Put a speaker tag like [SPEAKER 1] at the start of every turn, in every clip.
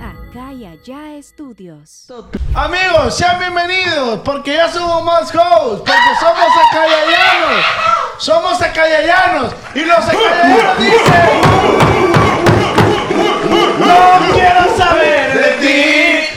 [SPEAKER 1] Acá y allá estudios.
[SPEAKER 2] Amigos, sean bienvenidos, porque ya somos más hosts, porque somos acayallanos, somos acayallanos, y los acayallanos dicen... No quiero saber de ti,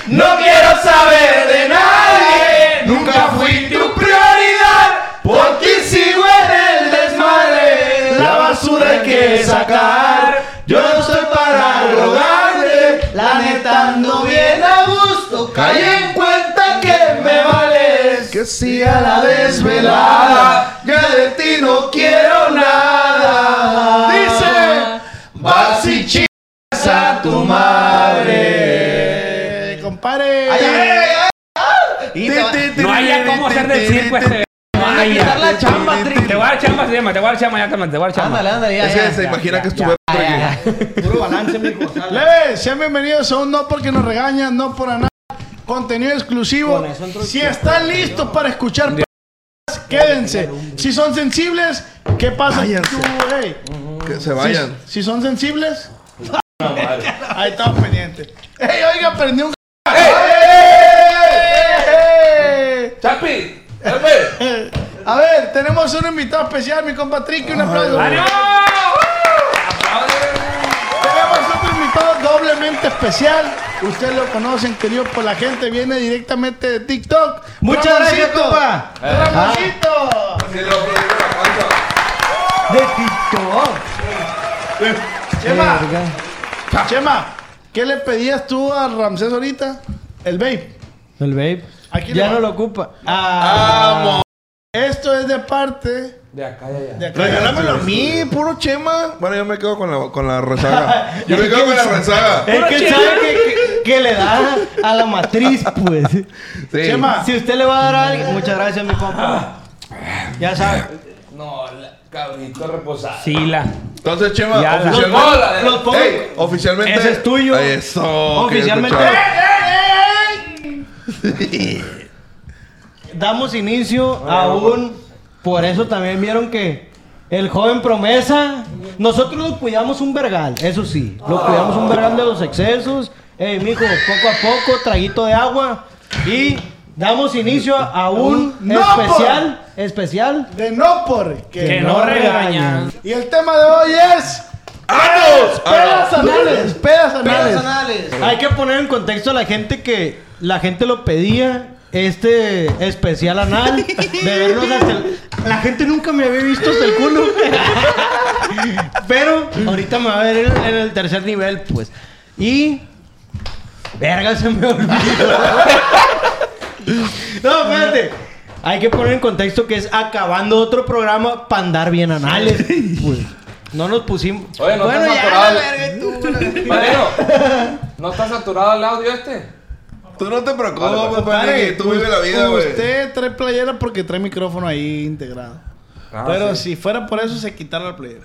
[SPEAKER 2] no quiero saber de nadie, nunca fui tu prioridad, por ti sigo en el desmadre, la basura hay que sacar, yo no estoy para rogarle, la neta ando bien a gusto, cae en cuenta que me vales, que siga la desvelada, ya de ti no quiero nada, dice, vas y chi- a tu madre. Compare.
[SPEAKER 3] Y te va-
[SPEAKER 4] No haya cómo hacer del circo este. No
[SPEAKER 3] Van a
[SPEAKER 4] haya.
[SPEAKER 3] quitar la chamba, Tri.
[SPEAKER 4] Te voy a dar chamba, se llama, te voy a dar chamba, ya cálmate, te voy a dar chamba.
[SPEAKER 3] Ándale, ándale, ya,
[SPEAKER 5] Es
[SPEAKER 3] ya.
[SPEAKER 5] que se imagina que estuve.
[SPEAKER 3] Ya, ya, ya. Puro balance, mijo.
[SPEAKER 2] Leves, sean bienvenidos a un No Porque Nos Regañan, No Por Nada. Contenido exclusivo.
[SPEAKER 3] Con eso entró el
[SPEAKER 2] Si están listos para escuchar p- quédense. Si son sensibles, ¿qué pasa?
[SPEAKER 5] Cállense.
[SPEAKER 2] Tú, ey.
[SPEAKER 5] Que se
[SPEAKER 2] Si,
[SPEAKER 5] vayan.
[SPEAKER 2] si son sensibles. Ahí estamos pendientes. ¡Ey, oiga, aprendí un. ¡Ey!
[SPEAKER 4] ¡Chapi! ¡Chapi!
[SPEAKER 2] A ver, tenemos un invitado especial, mi compa Tricky, un aplauso.
[SPEAKER 4] ¡Ánimo!
[SPEAKER 2] Tenemos otro invitado doblemente especial. Ustedes lo conocen, querido, por la gente. Viene directamente de TikTok.
[SPEAKER 3] Muchas gracias, compa.
[SPEAKER 2] ¡Ramoncito!
[SPEAKER 3] De TikTok.
[SPEAKER 2] Eh, Chema,
[SPEAKER 3] Verga.
[SPEAKER 2] Chema, ¿qué le pedías tú a Ramsés ahorita? El babe.
[SPEAKER 3] El babe.
[SPEAKER 2] Aquí
[SPEAKER 3] ya
[SPEAKER 2] lo-
[SPEAKER 3] no lo ocupa. Ah,
[SPEAKER 2] Esto es de parte
[SPEAKER 4] De acá, de allá.
[SPEAKER 2] de acá.
[SPEAKER 5] Regálamelo a mí, puro chema. Bueno, yo me quedo con la, con la rezaga. Yo me quedo con la rezaga.
[SPEAKER 3] Es que
[SPEAKER 4] Puro
[SPEAKER 3] sabe que, que- que le da a la matriz, pues.
[SPEAKER 5] Sí.
[SPEAKER 2] Chema.
[SPEAKER 3] Si usted le va a dar a alguien. Muchas gracias, mi compa. Ya sabe.
[SPEAKER 4] No, cabrito reposado. Sila.
[SPEAKER 5] Entonces, Chema,
[SPEAKER 4] Ya la-
[SPEAKER 5] oficialmente.
[SPEAKER 4] Los bolas,
[SPEAKER 3] los bolas.
[SPEAKER 5] Ey, oficialmente.
[SPEAKER 3] Ese es tuyo.
[SPEAKER 5] Eso. que yo
[SPEAKER 3] Oficialmente.
[SPEAKER 5] escuchaba.
[SPEAKER 3] Damos inicio a un. Por eso también vieron que el joven promesa. Nosotros lo cuidamos un vergal, eso sí. Lo cuidamos un vergal de los excesos. Eh, mijo, poco a poco, traguito de agua. Y damos inicio a un
[SPEAKER 2] ¡No,
[SPEAKER 3] especial. Especial.
[SPEAKER 2] De no por
[SPEAKER 4] Que
[SPEAKER 2] qué.
[SPEAKER 4] no regañan.
[SPEAKER 2] Y el tema de hoy es.
[SPEAKER 5] ¡Anos!
[SPEAKER 2] Pedas anales. Pedas anales.
[SPEAKER 3] Hay que poner en contexto a la gente que la gente lo pedía. Este especial anal de vernos hasta el... La gente nunca me había visto hasta el culo. Pero ahorita me va a ver en, en el tercer nivel, pues. Y... Verga, se me olvidó. no, espérate. Hay que poner en contexto que es acabando otro programa para andar bien anales. Pues. No nos pusimos...
[SPEAKER 4] Oye, no
[SPEAKER 3] bueno,
[SPEAKER 4] estás
[SPEAKER 3] ya,
[SPEAKER 4] saturado.
[SPEAKER 3] la verga, tú,
[SPEAKER 4] Valero, ¿no está saturado el audio este?
[SPEAKER 6] ¡Eh!
[SPEAKER 5] Tú no te
[SPEAKER 4] Vale,
[SPEAKER 5] preocupes,
[SPEAKER 2] Compadre,
[SPEAKER 5] padre. Tú vives la vida, güey.
[SPEAKER 2] Usted trae playera porque trae micrófono ahí integrado.
[SPEAKER 5] Ah,
[SPEAKER 2] Pero si fuera por eso, se quitara la playera.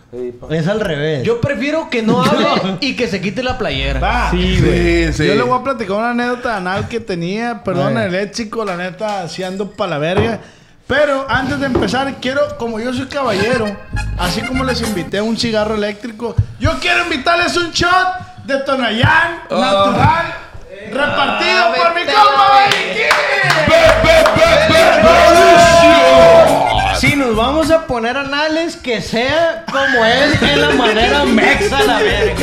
[SPEAKER 3] Es al revés.
[SPEAKER 7] Yo prefiero que no hable y que se quite la playera.
[SPEAKER 2] Va.
[SPEAKER 5] Ah, Sí, sí.
[SPEAKER 2] Yo le voy a platicar una anécdota anal que tenía. Perdón, el léxico, la neta, así ando pa' la verga. Pero antes de empezar, quiero, como yo soy caballero, así como les invité a un cigarro eléctrico, yo quiero invitarles un shot de Tonayán
[SPEAKER 5] Oh.
[SPEAKER 2] natural
[SPEAKER 4] Eh,
[SPEAKER 2] repartido
[SPEAKER 4] ah,
[SPEAKER 2] por mi
[SPEAKER 7] vete
[SPEAKER 2] compa
[SPEAKER 7] a la
[SPEAKER 2] Bariquín.
[SPEAKER 3] Si nos vamos a poner anales, que sea como es en la manera mexa la verga.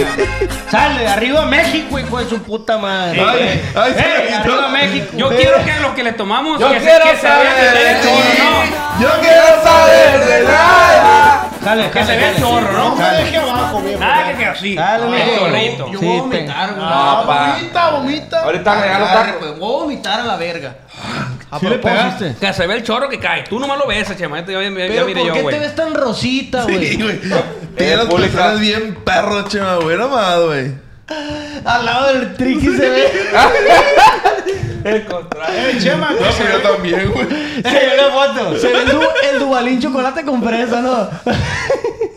[SPEAKER 3] Sale, arriba México, hijo de su puta madre.
[SPEAKER 5] Ay, ay, se
[SPEAKER 3] Eh,
[SPEAKER 5] me quitó.
[SPEAKER 3] arriba México.
[SPEAKER 4] Yo quiero que lo que le tomamos,
[SPEAKER 5] Yo
[SPEAKER 4] que, se-
[SPEAKER 5] quiero
[SPEAKER 4] que se vea que se
[SPEAKER 5] saber
[SPEAKER 4] vea
[SPEAKER 5] de
[SPEAKER 4] chorro, ¿no?
[SPEAKER 5] Yo quiero saber de nada.
[SPEAKER 3] Sale,
[SPEAKER 4] Que se
[SPEAKER 3] sale,
[SPEAKER 4] vea
[SPEAKER 3] sale.
[SPEAKER 4] chorro,
[SPEAKER 2] No
[SPEAKER 4] ¿no?
[SPEAKER 2] me deje abajo, viejo.
[SPEAKER 4] Nada que que así.
[SPEAKER 3] Dale,
[SPEAKER 4] Ah,
[SPEAKER 3] mijo.
[SPEAKER 4] chorrito.
[SPEAKER 7] Yo
[SPEAKER 3] Sí,
[SPEAKER 7] voy a
[SPEAKER 3] te- Ah,
[SPEAKER 7] vomitar, güey.
[SPEAKER 4] No, pa.
[SPEAKER 2] Vomita, vomita.
[SPEAKER 4] Ahorita regalo
[SPEAKER 7] Agarre,
[SPEAKER 4] taco.
[SPEAKER 7] pues, Voy a vomitar a la verga.
[SPEAKER 3] ¿Sí le pegaste?
[SPEAKER 4] Que se ve el chorro que cae. Tú nomás lo ves, chema. Ya, ya, ya, ya
[SPEAKER 7] Pero
[SPEAKER 4] miré
[SPEAKER 7] ¿por
[SPEAKER 4] yo,
[SPEAKER 7] qué te
[SPEAKER 4] güey.
[SPEAKER 7] ves tan rosita, güey?
[SPEAKER 5] Sí, güey. Tiene las
[SPEAKER 4] pública.
[SPEAKER 5] personas bien perro, chema, güey. No más, güey.
[SPEAKER 3] Al lado del triqui se ve.
[SPEAKER 4] El contrario.
[SPEAKER 2] Eh, Chema,
[SPEAKER 5] No,
[SPEAKER 2] que se
[SPEAKER 5] pero yo también, güey.
[SPEAKER 3] se ve la foto.
[SPEAKER 7] Se ve el, du- el Dubalín chocolate con fresa, ¿no?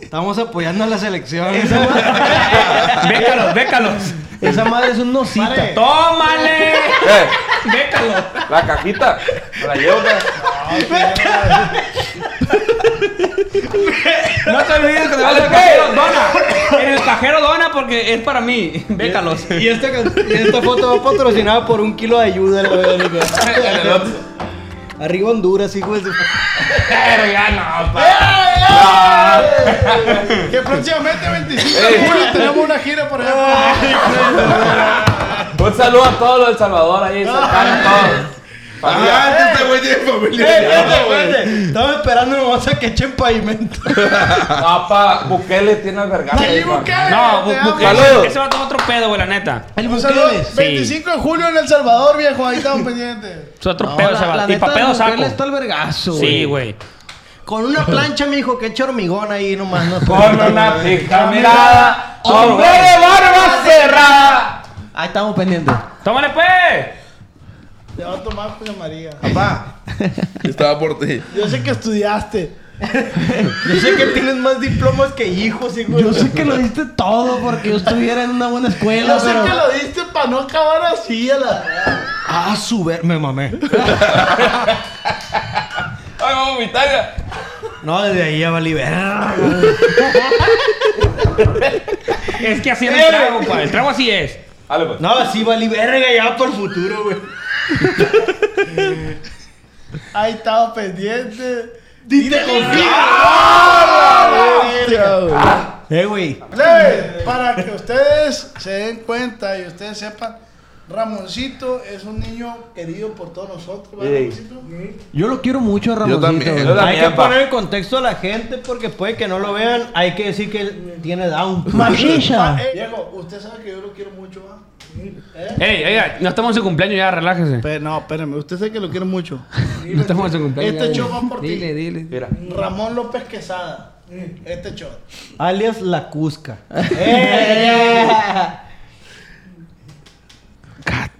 [SPEAKER 3] Estamos apoyando a la selección.
[SPEAKER 4] Bécalos, bécalos.
[SPEAKER 8] Esa madre es un nocita.
[SPEAKER 6] ¡Tómale! Eh,
[SPEAKER 2] Déjalo.
[SPEAKER 6] la cajita. me La llevo. güey.
[SPEAKER 5] Ah,
[SPEAKER 4] No te olvides que te vas al cajero pues. dona. En el cajero dona porque es para mí. Bécalos.
[SPEAKER 3] Y esta, y esta foto va patrocinada por un kilo de ayuda. la verga. Arriba Honduras, hijo de su...
[SPEAKER 4] Pero ya no, pa.
[SPEAKER 2] Que próximamente 25
[SPEAKER 5] Eh.
[SPEAKER 2] de julio tenemos una gira por allá.
[SPEAKER 6] Un saludo a todos los del Salvador ahí. cercanos todos. Familia.
[SPEAKER 5] Ah, este güey tiene familia.
[SPEAKER 3] Estaba esperando nomás a que echen pavimento.
[SPEAKER 6] No, pa, Bukele tiene albergada. ahí, pa.
[SPEAKER 4] No, bu- bu-
[SPEAKER 6] Saludos.
[SPEAKER 4] ese va a tomar otro pedo, güey, la neta.
[SPEAKER 8] El
[SPEAKER 2] Un saludo.
[SPEAKER 8] Bukele.
[SPEAKER 2] 25 de julio en El Salvador, viejo. Ahí estamos pendientes.
[SPEAKER 4] Es otro
[SPEAKER 8] No,
[SPEAKER 4] pedo,
[SPEAKER 8] la-
[SPEAKER 4] se va.
[SPEAKER 8] la
[SPEAKER 4] Y
[SPEAKER 8] neta,
[SPEAKER 4] pa' pedo
[SPEAKER 8] el Bukele
[SPEAKER 4] saco.
[SPEAKER 8] está al vergazo,
[SPEAKER 4] Sí, güey.
[SPEAKER 3] Con una plancha, mijo, que echa hormigón ahí nomás. No,
[SPEAKER 6] Con una fija mirada, hombre de barba cerrada.
[SPEAKER 8] Ahí estamos pendientes.
[SPEAKER 4] Tómale, pues.
[SPEAKER 2] Te va a tomar Peña María.
[SPEAKER 5] Papá. Estaba por ti.
[SPEAKER 2] Yo sé que estudiaste.
[SPEAKER 3] Yo sé que tienes más diplomas que hijos, hijo.
[SPEAKER 8] Yo sé que lo diste todo porque yo estuviera en una buena escuela,
[SPEAKER 2] Yo sé
[SPEAKER 8] pero...
[SPEAKER 2] que lo diste para no acabar así a la.
[SPEAKER 3] Ah, su ver... Me mamé.
[SPEAKER 6] Ay, vamos, mi tarea.
[SPEAKER 3] No, desde ahí ya va a liberar.
[SPEAKER 4] Es que así es el trago, pa. El trago así es.
[SPEAKER 6] Dale, pues.
[SPEAKER 3] No, sí va a liberar ya por el futuro, güey.
[SPEAKER 2] Ahí estaba pendiente. Dite Ah,
[SPEAKER 3] Eh, güey.
[SPEAKER 2] Plebe, para que ustedes se den cuenta y ustedes sepan, Ramoncito es un niño querido por todos nosotros, ¿verdad, Ramoncito?
[SPEAKER 8] Yo lo quiero mucho a
[SPEAKER 5] Yo
[SPEAKER 8] Ramoncito.
[SPEAKER 5] también.
[SPEAKER 6] Yo la
[SPEAKER 3] Hay que
[SPEAKER 6] mía, pa.
[SPEAKER 3] poner en contexto a la gente porque puede que no lo vean. Hay que decir que él tiene down.
[SPEAKER 8] Machicha.
[SPEAKER 2] Eh, Diego, usted sabe que yo lo quiero mucho, ¿va? ¿Eh?
[SPEAKER 4] Ey, ey, no estamos en su cumpleaños ya, relájese.
[SPEAKER 2] Pe- No, espérame, usted sabe que lo quiero mucho.
[SPEAKER 4] No estamos en su cumpleaños.
[SPEAKER 2] Este
[SPEAKER 4] ya,
[SPEAKER 2] show
[SPEAKER 4] ya.
[SPEAKER 2] va por ti.
[SPEAKER 4] Dile, dile.
[SPEAKER 6] Mira.
[SPEAKER 2] Ramón López Quesada. Este show.
[SPEAKER 3] Alias La Cusca.
[SPEAKER 8] Eh.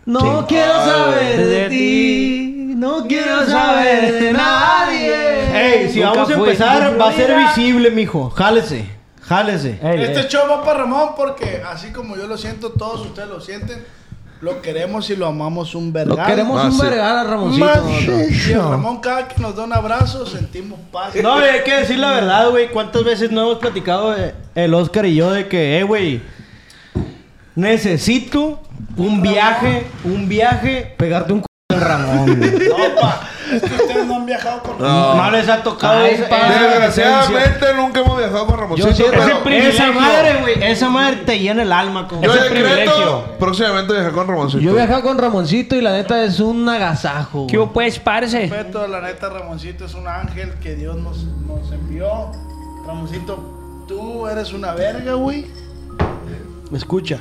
[SPEAKER 8] No quiero saber de ti. No quiero saber de nadie.
[SPEAKER 3] Ey, si
[SPEAKER 4] Nunca
[SPEAKER 3] vamos a
[SPEAKER 4] fue.
[SPEAKER 3] empezar, va a ser visible, mijo. Jálese. Jálese.
[SPEAKER 2] Este show va para Ramón porque así como yo lo siento, todos ustedes lo sienten. Lo queremos y lo amamos un
[SPEAKER 8] Lo
[SPEAKER 2] vergal.
[SPEAKER 8] queremos
[SPEAKER 5] Ah,
[SPEAKER 8] un
[SPEAKER 5] sí.
[SPEAKER 8] vergal a Ramoncito. nosotros.
[SPEAKER 2] Y el Ramón cada que nos da un abrazo sentimos paz.
[SPEAKER 3] No,
[SPEAKER 8] eh,
[SPEAKER 3] güey, hay que decir la verdad, güey. ¿Cuántas veces no hemos platicado eh, el Oscar y yo de que, eh, güey, necesito un viaje, un viaje, pegarte un c al Ramón, güey.
[SPEAKER 2] Opa, es que ustedes no han viajado con
[SPEAKER 5] No.
[SPEAKER 3] No les ha tocado
[SPEAKER 8] Ay,
[SPEAKER 3] esa-
[SPEAKER 8] pa.
[SPEAKER 3] esa esencia.
[SPEAKER 5] Desgraciadamente nunca hemos viajado con
[SPEAKER 3] Yo
[SPEAKER 5] Ramoncito,
[SPEAKER 3] siento-
[SPEAKER 4] ese
[SPEAKER 5] pero
[SPEAKER 3] Esa
[SPEAKER 4] privilegio.
[SPEAKER 3] madre, güey, esa madre te llena el alma, con
[SPEAKER 5] yo
[SPEAKER 4] ese
[SPEAKER 5] decreto
[SPEAKER 4] privilegio.
[SPEAKER 5] próximamente viajar con Ramoncito.
[SPEAKER 8] Yo he viajado con Ramoncito y la neta es un agasajo.
[SPEAKER 4] ¿Qué
[SPEAKER 8] güey.
[SPEAKER 4] hubo, pues, parce?
[SPEAKER 2] respeto. La neta, Ramoncito es un ángel que Dios nos, nos envió. Ramoncito, tú eres una verga, güey.
[SPEAKER 8] Me escucha.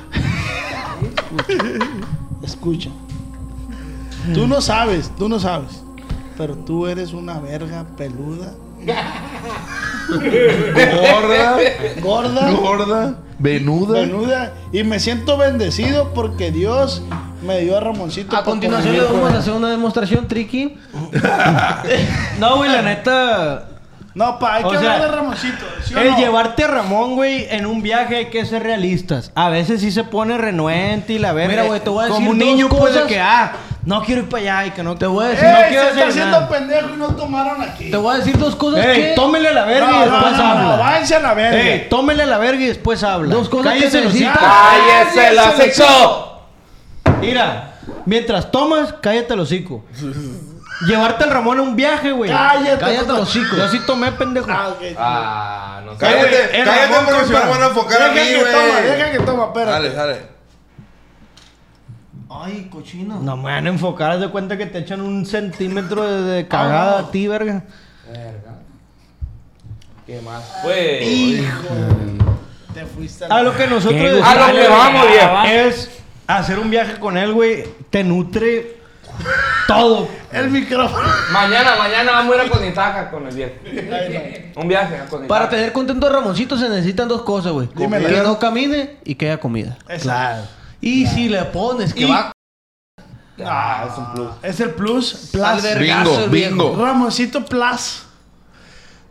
[SPEAKER 2] Escucha. Tú no sabes, tú no sabes. Pero tú eres una verga peluda,
[SPEAKER 5] Gorda,
[SPEAKER 2] gorda,
[SPEAKER 5] gorda, venuda.
[SPEAKER 2] menuda. Y me siento bendecido porque Dios me dio a Ramoncito.
[SPEAKER 8] A
[SPEAKER 2] para
[SPEAKER 8] continuación le
[SPEAKER 2] convivir con
[SPEAKER 8] vamos a
[SPEAKER 2] él.
[SPEAKER 8] hacer una demostración, Tricky.
[SPEAKER 3] No, güey, la neta.
[SPEAKER 2] No, pa, hay
[SPEAKER 3] O
[SPEAKER 2] que
[SPEAKER 3] sea,
[SPEAKER 2] hablar de Ramoncito. ¿sí o
[SPEAKER 3] El
[SPEAKER 2] no?
[SPEAKER 3] llevarte a Ramón, güey, en un viaje hay que ser realistas. A veces sí se pone renuente y la verga.
[SPEAKER 8] Mira, güey, te voy a decir
[SPEAKER 3] Como un
[SPEAKER 8] dos
[SPEAKER 3] niño puede
[SPEAKER 8] cosas.
[SPEAKER 3] que, ah, no quiero ir para allá y que no
[SPEAKER 8] Te voy a
[SPEAKER 2] Ey,
[SPEAKER 8] decir.
[SPEAKER 3] no quiero
[SPEAKER 2] se está
[SPEAKER 3] hacer
[SPEAKER 2] haciendo
[SPEAKER 3] nada.
[SPEAKER 2] pendejo y no tomaron aquí.
[SPEAKER 8] Te voy a decir dos cosas
[SPEAKER 3] Ey,
[SPEAKER 8] que.
[SPEAKER 3] tómele a la verga
[SPEAKER 2] No,
[SPEAKER 3] y
[SPEAKER 2] no,
[SPEAKER 3] después
[SPEAKER 2] no, no,
[SPEAKER 3] habla.
[SPEAKER 2] váyanse a la verga.
[SPEAKER 3] Ey, tómele a la verga y después habla.
[SPEAKER 8] Dos cosas que
[SPEAKER 3] Cállese el
[SPEAKER 8] necesitas.
[SPEAKER 3] hocico.
[SPEAKER 6] ¡Cállese la sexo!
[SPEAKER 3] Mira, mientras tomas, cállate el hocico. Llevarte al Ramón a un viaje, güey.
[SPEAKER 2] Cállate,
[SPEAKER 8] Cállate los chicos.
[SPEAKER 3] Yo sí tomé, pendejo.
[SPEAKER 2] Ah, ok.
[SPEAKER 6] Ah, no sé.
[SPEAKER 5] Cállate,
[SPEAKER 3] el
[SPEAKER 5] cállate
[SPEAKER 3] Ramón
[SPEAKER 5] porque si no
[SPEAKER 3] compra.
[SPEAKER 5] me van a enfocar a
[SPEAKER 2] Deja
[SPEAKER 5] mí,
[SPEAKER 2] que toma, deja
[SPEAKER 5] güey.
[SPEAKER 2] que toma, espérate.
[SPEAKER 5] Dale, dale.
[SPEAKER 8] Ay, cochino.
[SPEAKER 3] No me van a enfocar, haz de cuenta que te echan un centímetro de, de cagada a ti, Ah, verga. Pues,
[SPEAKER 6] ¿Qué más? Güey.
[SPEAKER 2] Te fuiste
[SPEAKER 3] A lo que nosotros
[SPEAKER 4] Qué
[SPEAKER 3] decimos
[SPEAKER 6] A lo que vamos, viejo.
[SPEAKER 3] es hacer un viaje con él, güey, te nutre todo.
[SPEAKER 2] El micrófono.
[SPEAKER 6] Mañana, mañana vamos a ir a Conitaca con el viejo. Un viaje a Conitaca.
[SPEAKER 8] Para tener contento a Ramoncito se necesitan dos cosas, güey.
[SPEAKER 2] Dímela.
[SPEAKER 8] Que no camine y que haya comida.
[SPEAKER 2] Exacto.
[SPEAKER 8] Y si le pones que
[SPEAKER 2] Y-
[SPEAKER 8] va
[SPEAKER 6] Ah, es un plus.
[SPEAKER 2] Es el plus.
[SPEAKER 8] al
[SPEAKER 2] Plus.
[SPEAKER 8] vergazo el
[SPEAKER 5] Bingo,
[SPEAKER 8] viejo.
[SPEAKER 5] bingo.
[SPEAKER 2] Ramoncito Plus.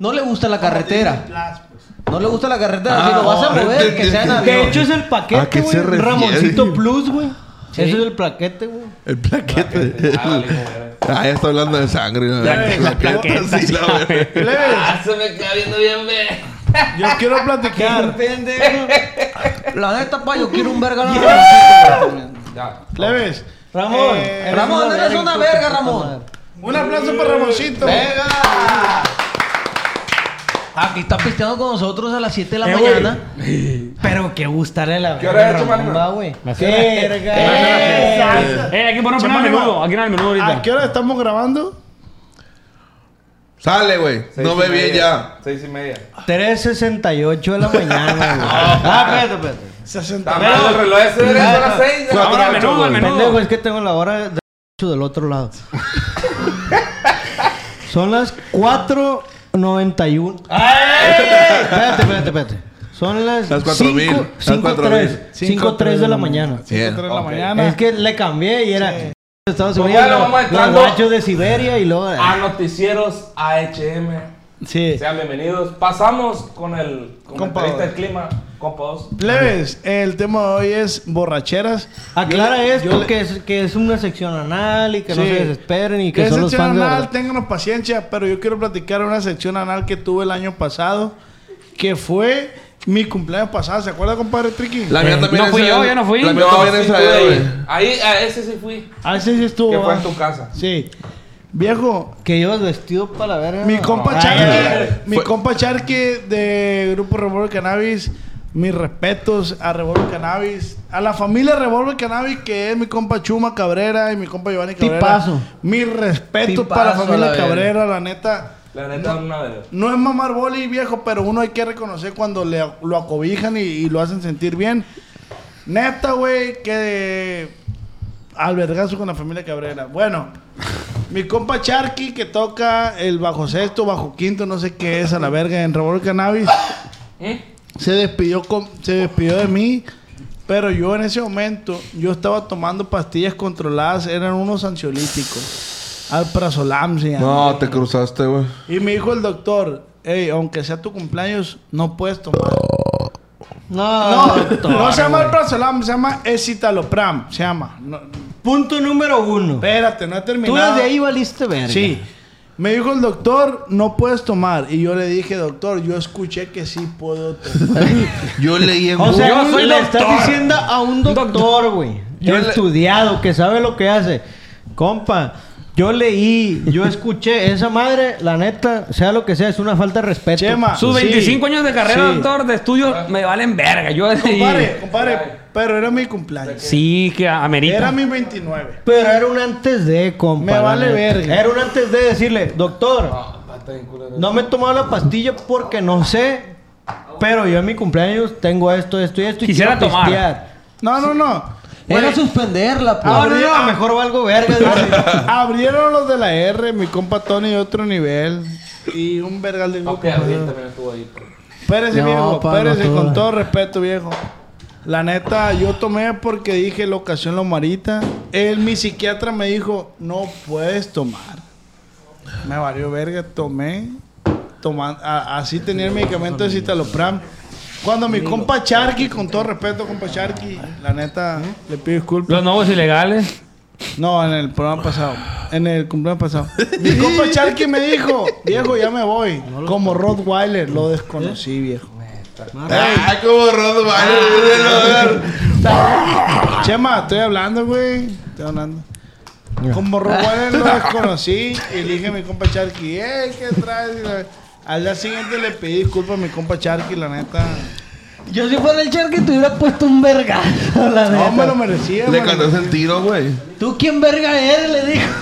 [SPEAKER 8] No le gusta la carretera.
[SPEAKER 2] Plus, pues.
[SPEAKER 7] No le gusta la carretera,
[SPEAKER 5] Ah,
[SPEAKER 7] si lo vas a mover, que sea en
[SPEAKER 3] De
[SPEAKER 7] avión.
[SPEAKER 3] hecho, es el
[SPEAKER 5] ¿A qué
[SPEAKER 3] paquete, güey.
[SPEAKER 5] se refiere?
[SPEAKER 3] Ramoncito Plus, güey.
[SPEAKER 7] Sí.
[SPEAKER 3] Eso es el paquete, güey.
[SPEAKER 5] El plaquete. Ah, ya está hablando de sangre. La, la plaqueta, sí, la verga.
[SPEAKER 9] Ah, se me queda viendo bien, ve.
[SPEAKER 2] Yo quiero platicar.
[SPEAKER 7] pendejo. La neta, pa, yo quiero un verga. no,
[SPEAKER 9] Ya.
[SPEAKER 2] Leves.
[SPEAKER 3] Ramón.
[SPEAKER 2] Eh,
[SPEAKER 3] eres
[SPEAKER 7] Ramón,
[SPEAKER 3] una
[SPEAKER 7] eres
[SPEAKER 3] verga,
[SPEAKER 7] una
[SPEAKER 3] hijo
[SPEAKER 7] verga,
[SPEAKER 3] de puta
[SPEAKER 7] Ramón.
[SPEAKER 3] madre.
[SPEAKER 2] Un aplauso para Ramoncito.
[SPEAKER 7] ¡Venga! Aquí está pisteando con nosotros a las 7 de la
[SPEAKER 4] Eh, güey.
[SPEAKER 7] mañana.
[SPEAKER 3] Pero qué gustarle la
[SPEAKER 9] ¿Qué hora es,
[SPEAKER 3] Ramón,
[SPEAKER 9] hermano?
[SPEAKER 3] va, güey.
[SPEAKER 4] hace una-
[SPEAKER 3] Verga.
[SPEAKER 4] Eh, aquí ponemos el menudo. Aquí en el menudo
[SPEAKER 2] ¿A
[SPEAKER 4] ahorita.
[SPEAKER 2] Ah, qué hora estamos grabando?
[SPEAKER 5] Sale, güey.
[SPEAKER 9] Seis
[SPEAKER 5] No
[SPEAKER 9] y
[SPEAKER 5] ve bien
[SPEAKER 9] media.
[SPEAKER 5] ya.
[SPEAKER 9] Seis y media.
[SPEAKER 3] 3.68 de la mañana, güey. Ah, espérate, espérate.
[SPEAKER 2] 60.
[SPEAKER 9] Está mal el reloj ese, verga, son las seis. ya.
[SPEAKER 5] Cuatro,
[SPEAKER 4] Ahora el
[SPEAKER 5] ocho,
[SPEAKER 4] menudo, el
[SPEAKER 5] güey.
[SPEAKER 4] menudo.
[SPEAKER 3] Pendejo, es que tengo la hora de- del otro lado. Son las 4.91. Espérate, espérate, espérate. Son las
[SPEAKER 5] Las 4000, las 4000.
[SPEAKER 3] 5.3 de la mañana.
[SPEAKER 5] Bien.
[SPEAKER 2] de la mañana.
[SPEAKER 3] Es que le cambié y era... Estados
[SPEAKER 9] Pues
[SPEAKER 3] Unidos,
[SPEAKER 9] bueno,
[SPEAKER 3] los-
[SPEAKER 9] vamos
[SPEAKER 3] los
[SPEAKER 9] entrando.
[SPEAKER 3] machos de Siberia y luego...
[SPEAKER 4] Ah,
[SPEAKER 9] A Noticieros AHM.
[SPEAKER 3] Sí.
[SPEAKER 9] Sean bienvenidos. Pasamos con el comentarista del clima, compa 2.
[SPEAKER 2] Leves, el tema de hoy es borracheras.
[SPEAKER 3] Aclara esto, que, es, que es una sección anal y que no
[SPEAKER 2] Sí.
[SPEAKER 3] se desesperen y que
[SPEAKER 2] ¿Qué
[SPEAKER 3] son los
[SPEAKER 2] sección
[SPEAKER 3] fans de
[SPEAKER 2] anal?
[SPEAKER 3] verdad.
[SPEAKER 2] Ténganos paciencia, pero yo quiero platicar una sección anal que tuve el año pasado, que fue mi cumpleaños pasado. ¿Se acuerda, compadre Tricky?
[SPEAKER 5] La mía
[SPEAKER 4] Eh,
[SPEAKER 5] también
[SPEAKER 4] no
[SPEAKER 5] es
[SPEAKER 4] fui yo,
[SPEAKER 5] el-
[SPEAKER 4] yo no fui.
[SPEAKER 5] La mía
[SPEAKER 9] No,
[SPEAKER 5] también
[SPEAKER 9] sí
[SPEAKER 5] es
[SPEAKER 9] estuve
[SPEAKER 5] el, güey.
[SPEAKER 9] ahí. Ahí, a ese sí fui.
[SPEAKER 2] Ah, sí, sí estuvo.
[SPEAKER 9] Que fue en
[SPEAKER 2] ah.
[SPEAKER 9] tu casa.
[SPEAKER 2] Sí. Viejo,
[SPEAKER 3] Que llevas vestido para la verga.
[SPEAKER 2] mi
[SPEAKER 3] ¿no?
[SPEAKER 2] compa
[SPEAKER 3] Ay,
[SPEAKER 2] Charque, mi
[SPEAKER 5] Fue-
[SPEAKER 2] compa Charque de Grupo Revolver Cannabis, mis respetos a Revolver Cannabis, a la familia Revolver Cannabis que es mi compa Chuma Cabrera y mi compa Giovanni Cabrera.
[SPEAKER 3] Tipazo.
[SPEAKER 2] Mis respetos
[SPEAKER 7] Tipazo,
[SPEAKER 2] para la familia
[SPEAKER 7] la verga.
[SPEAKER 2] Cabrera, la neta.
[SPEAKER 9] La neta, una de.
[SPEAKER 2] No es mamar boli viejo, pero uno hay que reconocer cuando le, lo acobijan y, y lo hacen sentir bien. Neta, güey, que albergazo con la familia Cabrera. Bueno, mi compa Charqui que toca el bajo sexto, bajo quinto, no sé qué es, a la verga, en Revolver Cannabis,
[SPEAKER 9] ¿Eh?
[SPEAKER 2] se despidió, con- se despidió de mí. Pero yo en ese momento, yo estaba tomando pastillas controladas, eran unos ansiolíticos. Alprazolam se llama.
[SPEAKER 5] No, te cruzaste, güey.
[SPEAKER 2] Y me dijo el doctor, hey, aunque sea tu cumpleaños, no puedes tomar.
[SPEAKER 3] No,
[SPEAKER 2] No,
[SPEAKER 3] doctor,
[SPEAKER 2] no se llama
[SPEAKER 3] güey.
[SPEAKER 2] el Prazolam, se llama escitalopram, se llama. No,
[SPEAKER 3] Punto número uno.
[SPEAKER 2] espérate, no he
[SPEAKER 3] Tú
[SPEAKER 2] terminado.
[SPEAKER 3] desde ahí valiste verga.
[SPEAKER 2] Sí. Me dijo el doctor, no puedes tomar. Y yo le dije, doctor, yo escuché que sí puedo tomar.
[SPEAKER 5] Yo leí en
[SPEAKER 3] O sea,
[SPEAKER 4] Yo
[SPEAKER 3] un-
[SPEAKER 4] soy
[SPEAKER 3] le
[SPEAKER 4] doctor.
[SPEAKER 3] estás diciendo a un doctor, güey.
[SPEAKER 5] Yo le-
[SPEAKER 3] Estudiado, que sabe lo que hace. Compa, yo leí, yo escuché. Esa madre, la neta, sea lo que sea, es una falta de respeto.
[SPEAKER 2] Chema.
[SPEAKER 4] Sus
[SPEAKER 2] Sí.
[SPEAKER 4] 25 años de carrera,
[SPEAKER 3] Sí.
[SPEAKER 4] doctor, de
[SPEAKER 9] Ah.
[SPEAKER 4] estudios, me valen verga. Yo
[SPEAKER 2] compadre, compadre, pero era mi cumpleaños.
[SPEAKER 4] Sí, que amerita.
[SPEAKER 2] Era mi 29.
[SPEAKER 3] Pero era un antes de, compa.
[SPEAKER 2] Me
[SPEAKER 3] la
[SPEAKER 2] vale
[SPEAKER 3] neta.
[SPEAKER 2] verga.
[SPEAKER 3] Era un antes de decirle, doctor,
[SPEAKER 9] Ah, pata bien culera.
[SPEAKER 3] No me he tomado la pastilla porque no sé. Pero yo en mi cumpleaños tengo esto, esto y esto. Y
[SPEAKER 4] Quisiera
[SPEAKER 3] quiero
[SPEAKER 4] tomar.
[SPEAKER 3] pistear.
[SPEAKER 2] No, no, no.
[SPEAKER 7] Era suspenderla, pues.
[SPEAKER 3] Ah, no, no, mejor valgo verga. dice.
[SPEAKER 2] Abrieron los de la R, mi compa Tony de otro nivel. Y un vergal de
[SPEAKER 9] Ok, Abril también estuvo ahí.
[SPEAKER 2] Espérese,
[SPEAKER 7] No,
[SPEAKER 2] viejo,
[SPEAKER 7] pa, no
[SPEAKER 2] espérese,
[SPEAKER 7] toda.
[SPEAKER 2] con todo respeto, viejo. La neta, yo tomé porque dije la ocasión lo marita. Él, mi psiquiatra, me dijo, no puedes tomar. Me valió verga, tomé. Toma- a- así tenía el medicamento de citalopram. Cuando mi compa Charqui, con todo respeto, compa Charqui, la neta, le pido disculpas.
[SPEAKER 4] Los nuevos ilegales.
[SPEAKER 2] No, en el programa pasado. En el cumpleaños pasado. Mi compa Charqui me dijo, viejo, ya me voy. Como Rottweiler, lo desconocí, viejo.
[SPEAKER 5] Ah, como Rodman.
[SPEAKER 2] Chema, estoy hablando, güey. Estoy hablando. Como Robuel lo desconocí y le dije a mi compa Charqui, ¡eh, qué traes! Y la- Al día siguiente le pedí disculpas a mi compa Charqui, la neta.
[SPEAKER 7] Yo si fuera el Charqui te hubiera puesto un verga. La
[SPEAKER 2] No
[SPEAKER 7] neta.
[SPEAKER 2] me lo merecía,
[SPEAKER 5] Le
[SPEAKER 2] me lo-
[SPEAKER 5] cantaste el tiro, güey.
[SPEAKER 7] ¿Tú quién verga eres? Le dijo.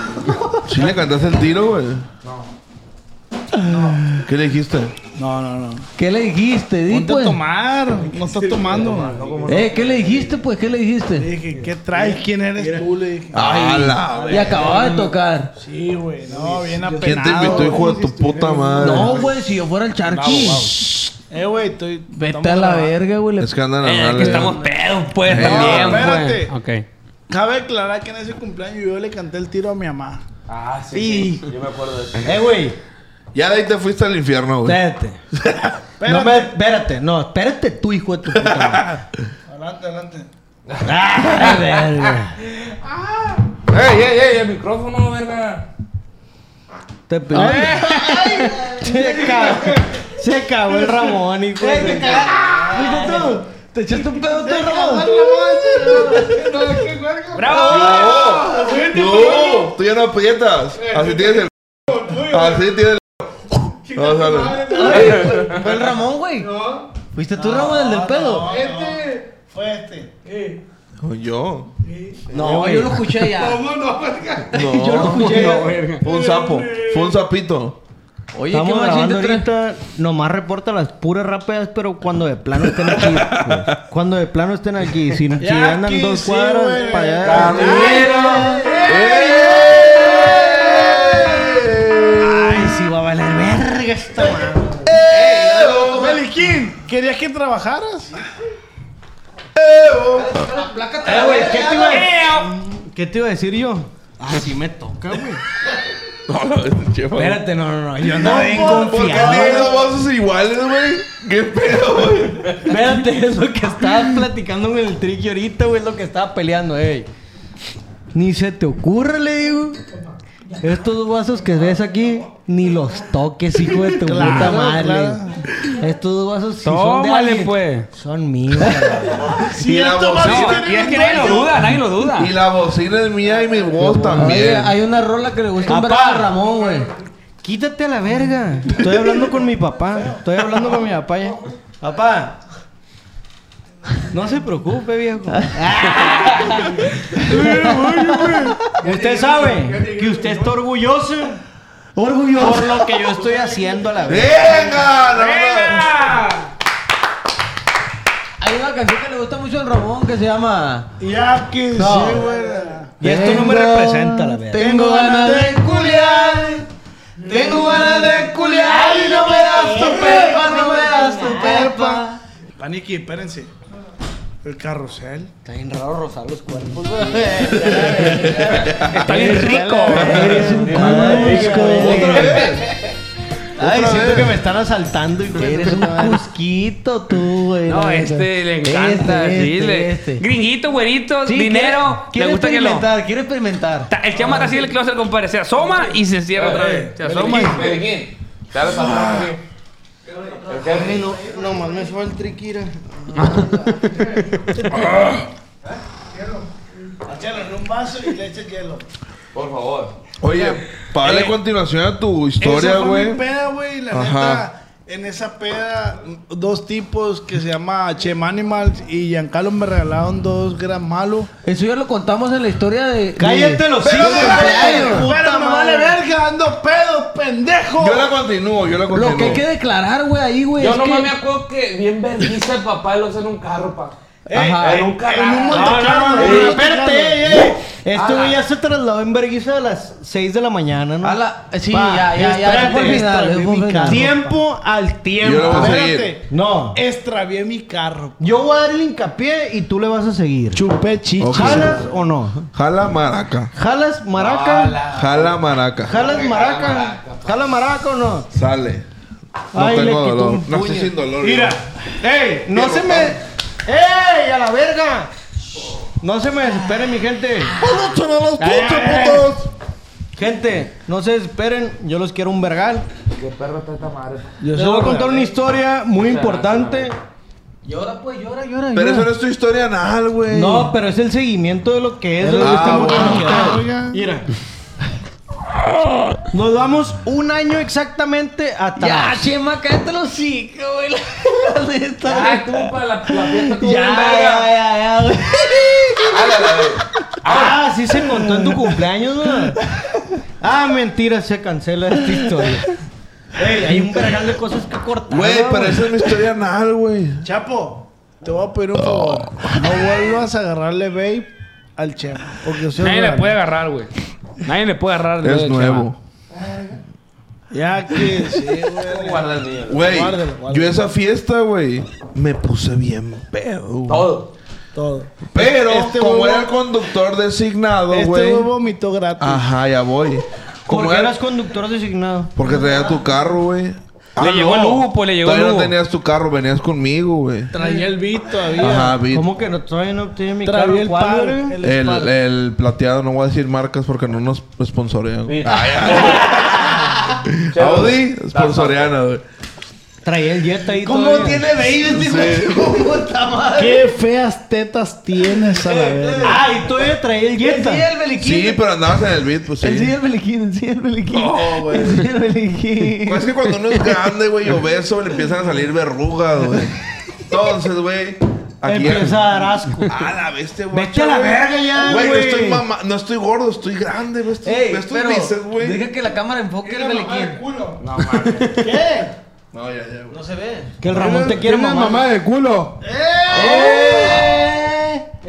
[SPEAKER 5] Sí, le cantaste el tiro, güey. No. ¿Qué le dijiste?
[SPEAKER 2] No, no, no.
[SPEAKER 7] ¿Qué le dijiste? Di,
[SPEAKER 2] Ponte a
[SPEAKER 7] pues.
[SPEAKER 2] tomar. No estás tomando,
[SPEAKER 7] Eh, ¿qué le dijiste, pues? ¿Qué le
[SPEAKER 2] Le
[SPEAKER 7] dijiste?
[SPEAKER 2] dije, ¿qué traes? ¿Quién eres tú? Le dije.
[SPEAKER 5] Ah, la
[SPEAKER 7] Y acababa de tocar.
[SPEAKER 2] Sí, güey. No, bien apenado.
[SPEAKER 5] ¿Quién te invitó, hijo de tu puta madre?
[SPEAKER 7] No, güey, si yo fuera el Charqui.
[SPEAKER 2] Eh, güey, estoy...
[SPEAKER 7] Vete
[SPEAKER 2] estamos
[SPEAKER 7] a la
[SPEAKER 2] grabando.
[SPEAKER 7] verga, güey. le-
[SPEAKER 5] Es que andan
[SPEAKER 4] Eh,
[SPEAKER 5] anales.
[SPEAKER 4] que estamos pedos, pues,
[SPEAKER 5] Eh,
[SPEAKER 4] también,
[SPEAKER 2] Ah, no, espérate.
[SPEAKER 4] pues. Ok.
[SPEAKER 2] Cabe aclarar que en ese cumpleaños yo le canté el tiro a mi mamá.
[SPEAKER 9] Ah, sí, sí. Yo me acuerdo de eso.
[SPEAKER 3] eh, güey.
[SPEAKER 5] Ya de ahí te fuiste al infierno, güey.
[SPEAKER 3] Espérate. no me, espérate, no, espérate tú, hijo de tu puta.
[SPEAKER 2] Adelante, adelante.
[SPEAKER 3] madre. Ah, verga.
[SPEAKER 9] ¡Ey, ey, ey! El micrófono, verga.
[SPEAKER 3] Te pe- Se cagó. Se cagó el Ramón, hijo de su- ¿Viste tú? ¿Te echaste un pedo tú, Ramón?
[SPEAKER 4] pues.
[SPEAKER 5] No, tú ya no aprietas. Así tienes el. Así tienes el. No, sale.
[SPEAKER 3] ¿Fue el Ramón, güey? ¿Fuiste tú, Ramón, el del pedo?
[SPEAKER 2] Fue este.
[SPEAKER 5] O Yo.
[SPEAKER 3] No, yo lo escuché ya.
[SPEAKER 5] No.
[SPEAKER 3] Yo lo escuché.
[SPEAKER 5] Fue un sapo. Fue un sapito.
[SPEAKER 7] Oye, ¿qué
[SPEAKER 3] Estamos
[SPEAKER 7] más
[SPEAKER 3] grabando
[SPEAKER 7] gente trae?
[SPEAKER 3] ahorita, nomás reporta las puras rápidas, pero cuando de plano estén aquí. güey. Cuando de plano estén aquí. Ah, Si, si
[SPEAKER 2] Ya
[SPEAKER 3] andan
[SPEAKER 2] aquí
[SPEAKER 3] dos
[SPEAKER 2] sí,
[SPEAKER 3] cuadras
[SPEAKER 2] güey.
[SPEAKER 3] para allá.
[SPEAKER 9] ¡Camino!
[SPEAKER 5] ¡Eh!
[SPEAKER 3] Ay, sí va a valer verga esta
[SPEAKER 7] Eh,
[SPEAKER 3] madre.
[SPEAKER 2] Meliquín, ¿querías que trabajaras?
[SPEAKER 3] Eh, güey, ¿qué te iba a ¿Qué te iba a decir yo? Ah, sí me toca, güey. Espérate, no, no, no. Yo andaba bien
[SPEAKER 5] ¿Por qué
[SPEAKER 3] confiado.
[SPEAKER 5] tienes dos vasos iguales, güey? ¿Qué pedo, güey?
[SPEAKER 3] Espérate, es lo que estaba platicando con el tricky ahorita, güey, es lo que estaba peleando, ey. Ni se te ocurre, le digo. Estos vasos que ves aquí, ni los toques, hijo de tu puta madre. Estos dos vasos si son de
[SPEAKER 4] Tómale,
[SPEAKER 3] alguien,
[SPEAKER 4] pues.
[SPEAKER 3] Son míos.
[SPEAKER 5] Y la bocina.
[SPEAKER 4] Y es que nadie lo duda, nadie lo duda.
[SPEAKER 5] Y la bocina es mía y mi voz
[SPEAKER 7] Oye,
[SPEAKER 5] también.
[SPEAKER 7] hay una rola que le gusta un
[SPEAKER 3] Papá.
[SPEAKER 7] verano a Ramón, güey.
[SPEAKER 3] Quítate a la verga. Estoy hablando con mi papá. Estoy hablando con mi papá ya. Papá. No se preocupe, viejo. usted sabe que usted está orgulloso. Orgulloso. Por lo que yo estoy haciendo a la verga.
[SPEAKER 5] ¡Venga! la verdad.
[SPEAKER 4] ¡Venga!
[SPEAKER 7] Hay una canción que le gusta mucho al Ramón que se llama...
[SPEAKER 2] Ya que sí, güey.
[SPEAKER 3] Y esto no me
[SPEAKER 7] Tengo-
[SPEAKER 3] representa la verga.
[SPEAKER 7] Tengo ganas de culiar. Tengo ganas de culiar y no me das tu pepa, no me das tu pepa.
[SPEAKER 2] Paniki, espérense. El carrusel.
[SPEAKER 7] Está bien raro rozar los cuerpos.
[SPEAKER 4] Está bien rico.
[SPEAKER 3] Eres un cusco.
[SPEAKER 5] ¿Otra vez?
[SPEAKER 3] Ay,
[SPEAKER 5] Otra
[SPEAKER 3] siento
[SPEAKER 5] vez.
[SPEAKER 3] que me están asaltando y eres un cusquito tú, güey.
[SPEAKER 4] No,
[SPEAKER 3] la neta.
[SPEAKER 4] este le encanta.
[SPEAKER 3] Este,
[SPEAKER 4] sí,
[SPEAKER 3] este,
[SPEAKER 4] le-
[SPEAKER 3] este.
[SPEAKER 4] Gringuito, güerito,
[SPEAKER 7] Sí,
[SPEAKER 4] dinero.
[SPEAKER 7] quiere- Quiere
[SPEAKER 4] le gusta que lo.
[SPEAKER 7] experimentar, quiere experimentar.
[SPEAKER 4] Ta- El chama está así en el closet, compadre. Se asoma y se cierra otra vez. Se asoma y.
[SPEAKER 9] Medellín. Te hablas para atrás,
[SPEAKER 5] Ah.
[SPEAKER 7] No, más me fue el triquira. Ah.
[SPEAKER 2] Échalo en un vaso y le eches hielo.
[SPEAKER 9] Por favor.
[SPEAKER 5] Oye, para darle continuación a tu
[SPEAKER 2] Esa
[SPEAKER 5] historia,
[SPEAKER 2] Eh, fue
[SPEAKER 5] güey.
[SPEAKER 2] mi peda, güey. La
[SPEAKER 5] Ajá.
[SPEAKER 2] neta, en esa peda, dos tipos que se llama Chem Animals y Giancarlo me regalaron dos gran malo.
[SPEAKER 7] Eso ya lo contamos en la historia de.
[SPEAKER 3] Cállate los
[SPEAKER 2] Pero,
[SPEAKER 3] hijos.
[SPEAKER 2] me vale-
[SPEAKER 7] cumpleaños.
[SPEAKER 2] pero me vale verga, ando pedo, pendejo.
[SPEAKER 5] Yo la continúo, yo la
[SPEAKER 7] de-
[SPEAKER 5] continúo.
[SPEAKER 7] Lo que hay que declarar, güey, ahí, güey.
[SPEAKER 9] Yo
[SPEAKER 7] es
[SPEAKER 9] nomás
[SPEAKER 7] que-
[SPEAKER 9] me acuerdo que bien bendice el papá de los en un carro, pa.
[SPEAKER 7] Ajá.
[SPEAKER 9] En un carro.
[SPEAKER 2] Eh, En un Monte Carlo,
[SPEAKER 3] Ey,
[SPEAKER 2] en un Monte
[SPEAKER 3] Espérate,
[SPEAKER 2] Carlo.
[SPEAKER 3] ey, ey. Este güey ya se trasladó en vergüenza a las 6 de la mañana, ¿no?
[SPEAKER 7] A la- sí,
[SPEAKER 3] Va,
[SPEAKER 7] ya, ya, ya,
[SPEAKER 3] espérate,
[SPEAKER 7] ya fue el final,
[SPEAKER 3] extravié
[SPEAKER 7] ya fue el
[SPEAKER 3] mi
[SPEAKER 7] final.
[SPEAKER 3] carro. Tiempo al tiempo.
[SPEAKER 5] Yo lo voy a seguir.
[SPEAKER 2] Espérate.
[SPEAKER 3] No.
[SPEAKER 2] Extravié mi carro.
[SPEAKER 3] Yo voy a dar el hincapié y tú le vas a seguir.
[SPEAKER 2] Chupé chicha.
[SPEAKER 5] Ok.
[SPEAKER 3] ¿Jalas o no?
[SPEAKER 5] Jala maraca.
[SPEAKER 3] ¿Jalas maraca?
[SPEAKER 5] Jala maraca.
[SPEAKER 3] ¿Jalas maraca? ¿Jala maraca o no?
[SPEAKER 5] Sale. No
[SPEAKER 3] Ay, le
[SPEAKER 5] tengo
[SPEAKER 3] quitó
[SPEAKER 5] dolor.
[SPEAKER 3] un
[SPEAKER 5] No estoy
[SPEAKER 3] puño.
[SPEAKER 5] sin dolor.
[SPEAKER 2] Mira, ey,
[SPEAKER 3] No se me... ¡Ey! ¡A la verga! No se me desesperen, mi gente. Ay, ay, ay. Gente, no se desesperen, yo los quiero un vergal.
[SPEAKER 9] Qué perro está esta madre.
[SPEAKER 3] Yo les voy a contar una historia muy importante.
[SPEAKER 7] Llora, pues, llora, llora.
[SPEAKER 5] Pero eso
[SPEAKER 7] llora.
[SPEAKER 5] no es tu historia anal, güey.
[SPEAKER 3] No, pero es el seguimiento de lo que es. lo que
[SPEAKER 5] Ah,
[SPEAKER 3] estamos
[SPEAKER 5] bueno.
[SPEAKER 3] platicando.
[SPEAKER 2] Oiga.
[SPEAKER 3] Mira. Nos vamos un año exactamente
[SPEAKER 7] Ya,
[SPEAKER 3] atrás.
[SPEAKER 7] Chema, cállate los hijos, güey. La neta.
[SPEAKER 9] Ay, tú, pa, la, la fiesta
[SPEAKER 7] Ya,
[SPEAKER 9] tuvo bien
[SPEAKER 7] ya,
[SPEAKER 9] verga.
[SPEAKER 7] ya, ya, güey.
[SPEAKER 3] Ah, sí se contó en tu cumpleaños, ¿no? Ah, mentira, se cancela esta historia. Ey, hay un vergal de cosas que cortar.
[SPEAKER 5] Güey,
[SPEAKER 3] ¿no,
[SPEAKER 5] pero esa es mi historia anal, güey.
[SPEAKER 2] Chapo, te voy a pedir un favor. No vuelvas a agarrarle vape al Chem. Porque soy
[SPEAKER 4] Nadie le
[SPEAKER 2] real.
[SPEAKER 3] pues.
[SPEAKER 4] puede agarrar, güey. Nadie le puede agarrar.
[SPEAKER 5] Es nuevo.
[SPEAKER 2] Ya que sí, güey.
[SPEAKER 9] Guarda el niño.
[SPEAKER 5] Güey,
[SPEAKER 2] Guárdalo, guárdalo.
[SPEAKER 5] yo esa fiesta, güey, me puse bien pedo. güey.
[SPEAKER 9] Todo.
[SPEAKER 2] Todo.
[SPEAKER 5] Pero
[SPEAKER 2] Este
[SPEAKER 5] como
[SPEAKER 2] huevo-
[SPEAKER 5] era el conductor designado,
[SPEAKER 2] Este
[SPEAKER 5] güey.
[SPEAKER 2] güey vomitó gratis.
[SPEAKER 5] Ajá, ya voy. ¿Cómo
[SPEAKER 3] Porque
[SPEAKER 5] era?
[SPEAKER 3] eras conductor designado.
[SPEAKER 5] Porque traía tu carro, güey.
[SPEAKER 4] Le llegó el Hugo, pues, le llegó
[SPEAKER 5] Todavía
[SPEAKER 4] el
[SPEAKER 5] no
[SPEAKER 4] Hugo.
[SPEAKER 5] tenías tu carro, venías conmigo, güey.
[SPEAKER 7] Traía el beat todavía.
[SPEAKER 5] Ajá, vi.
[SPEAKER 3] ¿Cómo que no, todavía no tiene mi carro?
[SPEAKER 7] Traía el
[SPEAKER 3] ¿Cuál,
[SPEAKER 7] palo.
[SPEAKER 3] verga?
[SPEAKER 7] El,
[SPEAKER 5] El,
[SPEAKER 7] palo.
[SPEAKER 5] el plateado, no voy a decir marcas porque no nos sponsorean. güey. Ay, ay. Audi, sponsoreana, güey.
[SPEAKER 3] Traía el jet ahí
[SPEAKER 7] ¿Cómo
[SPEAKER 3] todavía.
[SPEAKER 7] tiene baby este güey? ¿Cómo está madre?
[SPEAKER 2] Qué feas tetas tienes a la verga.
[SPEAKER 3] Ah, y todavía traía el
[SPEAKER 7] Encilla
[SPEAKER 3] jet.
[SPEAKER 7] el beliquín.
[SPEAKER 5] Sí, pero andabas en el beat, pues sí.
[SPEAKER 7] Encilla el beliquín, encilla el beliquín.
[SPEAKER 5] No, güey.
[SPEAKER 7] Encilla el beliquín.
[SPEAKER 5] Pues es que cuando uno es grande, güey, y obeso, le empiezan a salir verrugas, güey. Entonces, güey, aquí
[SPEAKER 3] Empieza a dar asco.
[SPEAKER 5] A la bestia, güey.
[SPEAKER 3] Vete a la verga ya,
[SPEAKER 5] Güey, no
[SPEAKER 3] Ah, güey.
[SPEAKER 5] estoy mamá, no estoy gordo, estoy grande, güey. Estoy,
[SPEAKER 7] Ey,
[SPEAKER 5] ves tus
[SPEAKER 7] pero
[SPEAKER 5] bíceps, güey.
[SPEAKER 7] deja que la cámara enfoque el beliquín.
[SPEAKER 5] No mames. ¿Qué? No, ya, ya, güey.
[SPEAKER 7] No se ve.
[SPEAKER 3] Que el Ramón te quiere
[SPEAKER 10] Tienes
[SPEAKER 3] mamar.
[SPEAKER 10] mamá de culo.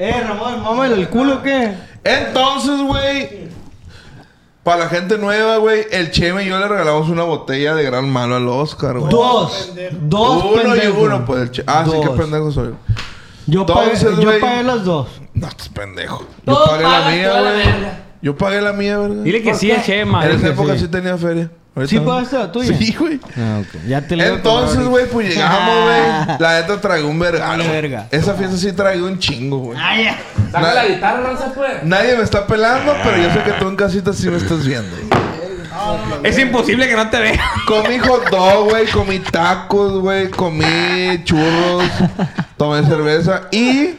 [SPEAKER 3] Eh, Ramón, mamá, ¿el culo o qué?
[SPEAKER 5] Entonces, güey. Para la gente nueva, güey, el Cheme y yo le regalamos una botella de gran malo al Oscar, güey.
[SPEAKER 3] Dos. Dos
[SPEAKER 5] Uno y
[SPEAKER 3] pendejo.
[SPEAKER 5] uno, pues el Cheme. Ah, sí, qué
[SPEAKER 3] Dos.
[SPEAKER 5] pendejo soy.
[SPEAKER 3] Yo,
[SPEAKER 5] Entonces,
[SPEAKER 3] pagué,
[SPEAKER 5] güey.
[SPEAKER 3] yo pagué las dos.
[SPEAKER 5] No, estás pendejo. Yo
[SPEAKER 7] Todo
[SPEAKER 5] pagué la
[SPEAKER 7] pagas
[SPEAKER 5] mía,
[SPEAKER 7] tú a la
[SPEAKER 5] güey.
[SPEAKER 7] verga.
[SPEAKER 5] Yo pagué la mía, ¿verdad?
[SPEAKER 4] Dile que sí, es Chema.
[SPEAKER 5] En
[SPEAKER 4] dile
[SPEAKER 5] esa
[SPEAKER 4] que
[SPEAKER 5] época
[SPEAKER 4] sí.
[SPEAKER 5] sí tenía feria. Ahorita
[SPEAKER 3] ¿Sí
[SPEAKER 5] no.
[SPEAKER 3] pagaste la tuya?
[SPEAKER 5] Sí, güey.
[SPEAKER 3] Ah, ok. Ya te leo
[SPEAKER 5] Entonces,
[SPEAKER 3] todo
[SPEAKER 5] güey, pues llegamos,
[SPEAKER 3] Ah.
[SPEAKER 5] güey. La neta traigo un vergalo.
[SPEAKER 3] Vale,
[SPEAKER 5] güey.
[SPEAKER 3] verga.
[SPEAKER 5] Esa fiesta sí traigo un chingo, güey.
[SPEAKER 9] Saca la guitarra, Rosa, pues.
[SPEAKER 5] Nadie me está pelando, pero yo sé que tú en casita sí me estás viendo.
[SPEAKER 4] Es imposible que no te vea.
[SPEAKER 5] Comí hot dog, güey. Comí tacos, güey. Comí churros. Tomé cerveza. Y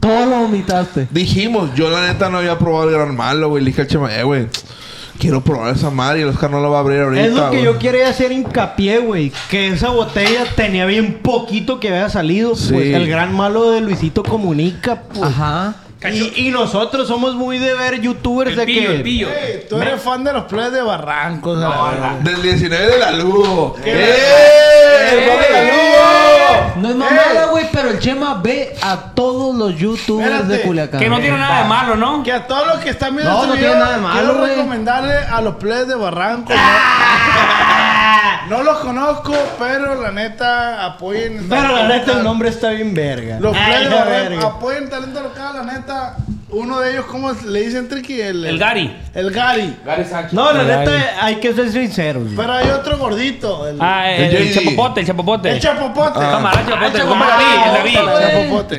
[SPEAKER 7] Todo lo vomitaste.
[SPEAKER 5] dijimos, yo la neta no había probado el gran malo, güey. Le dije al chema, eh, güey. Quiero probar esa madre y el Oscar no la va a abrir ahorita.
[SPEAKER 3] Es lo que
[SPEAKER 5] güey".
[SPEAKER 3] yo quería hacer hincapié, güey. Que esa botella tenía bien poquito que había salido.
[SPEAKER 5] Sí.
[SPEAKER 3] Pues el gran malo de Luisito Comunica, pues.
[SPEAKER 7] Ajá.
[SPEAKER 3] Y, y nosotros somos muy de ver youtubers de que.
[SPEAKER 2] Ey, Tú eres fan de los players de Barrancos. a la verga.
[SPEAKER 5] Del 19 de la Lugo. ¡Eh!
[SPEAKER 9] ¡Eh!
[SPEAKER 5] ¡El de la Lugo!
[SPEAKER 7] No es mamada, güey, pero el Chema ve a todos los youtubers de
[SPEAKER 2] Espérate,
[SPEAKER 7] Culiacán.
[SPEAKER 4] Que no tiene nada de malo, ¿no?
[SPEAKER 2] Que a todos los que están viendo
[SPEAKER 7] No,
[SPEAKER 2] este
[SPEAKER 7] no
[SPEAKER 2] video,
[SPEAKER 7] tiene nada de malo,
[SPEAKER 2] quiero
[SPEAKER 7] güey.
[SPEAKER 2] recomendarle a los players de Barranco. No, No los conozco, pero la neta apoyen.
[SPEAKER 3] Pero la neta, el nombre está bien verga.
[SPEAKER 2] Los
[SPEAKER 3] Ay,
[SPEAKER 2] players de
[SPEAKER 3] la
[SPEAKER 2] Barranco
[SPEAKER 5] ah,
[SPEAKER 3] verga.
[SPEAKER 2] apoyen talento local, la neta. Uno de ellos, ¿cómo le dicen Tricky?
[SPEAKER 4] El Gary.
[SPEAKER 2] El Gary.
[SPEAKER 9] Gary Sánchez.
[SPEAKER 3] No, la
[SPEAKER 4] Ay.
[SPEAKER 3] neta, hay que ser sinceros. güey.
[SPEAKER 2] Pero hay otro gordito. El,
[SPEAKER 4] Ah, el,
[SPEAKER 5] El
[SPEAKER 4] el
[SPEAKER 5] JD.
[SPEAKER 4] chapopote, el chapopote.
[SPEAKER 2] el Chapopote.
[SPEAKER 4] Camarada
[SPEAKER 7] Ah,
[SPEAKER 4] chapopote,
[SPEAKER 7] Chapo-
[SPEAKER 4] como
[SPEAKER 7] ah,
[SPEAKER 4] David, el
[SPEAKER 7] Chapopote,
[SPEAKER 4] David.
[SPEAKER 7] güey.
[SPEAKER 2] Chapopote.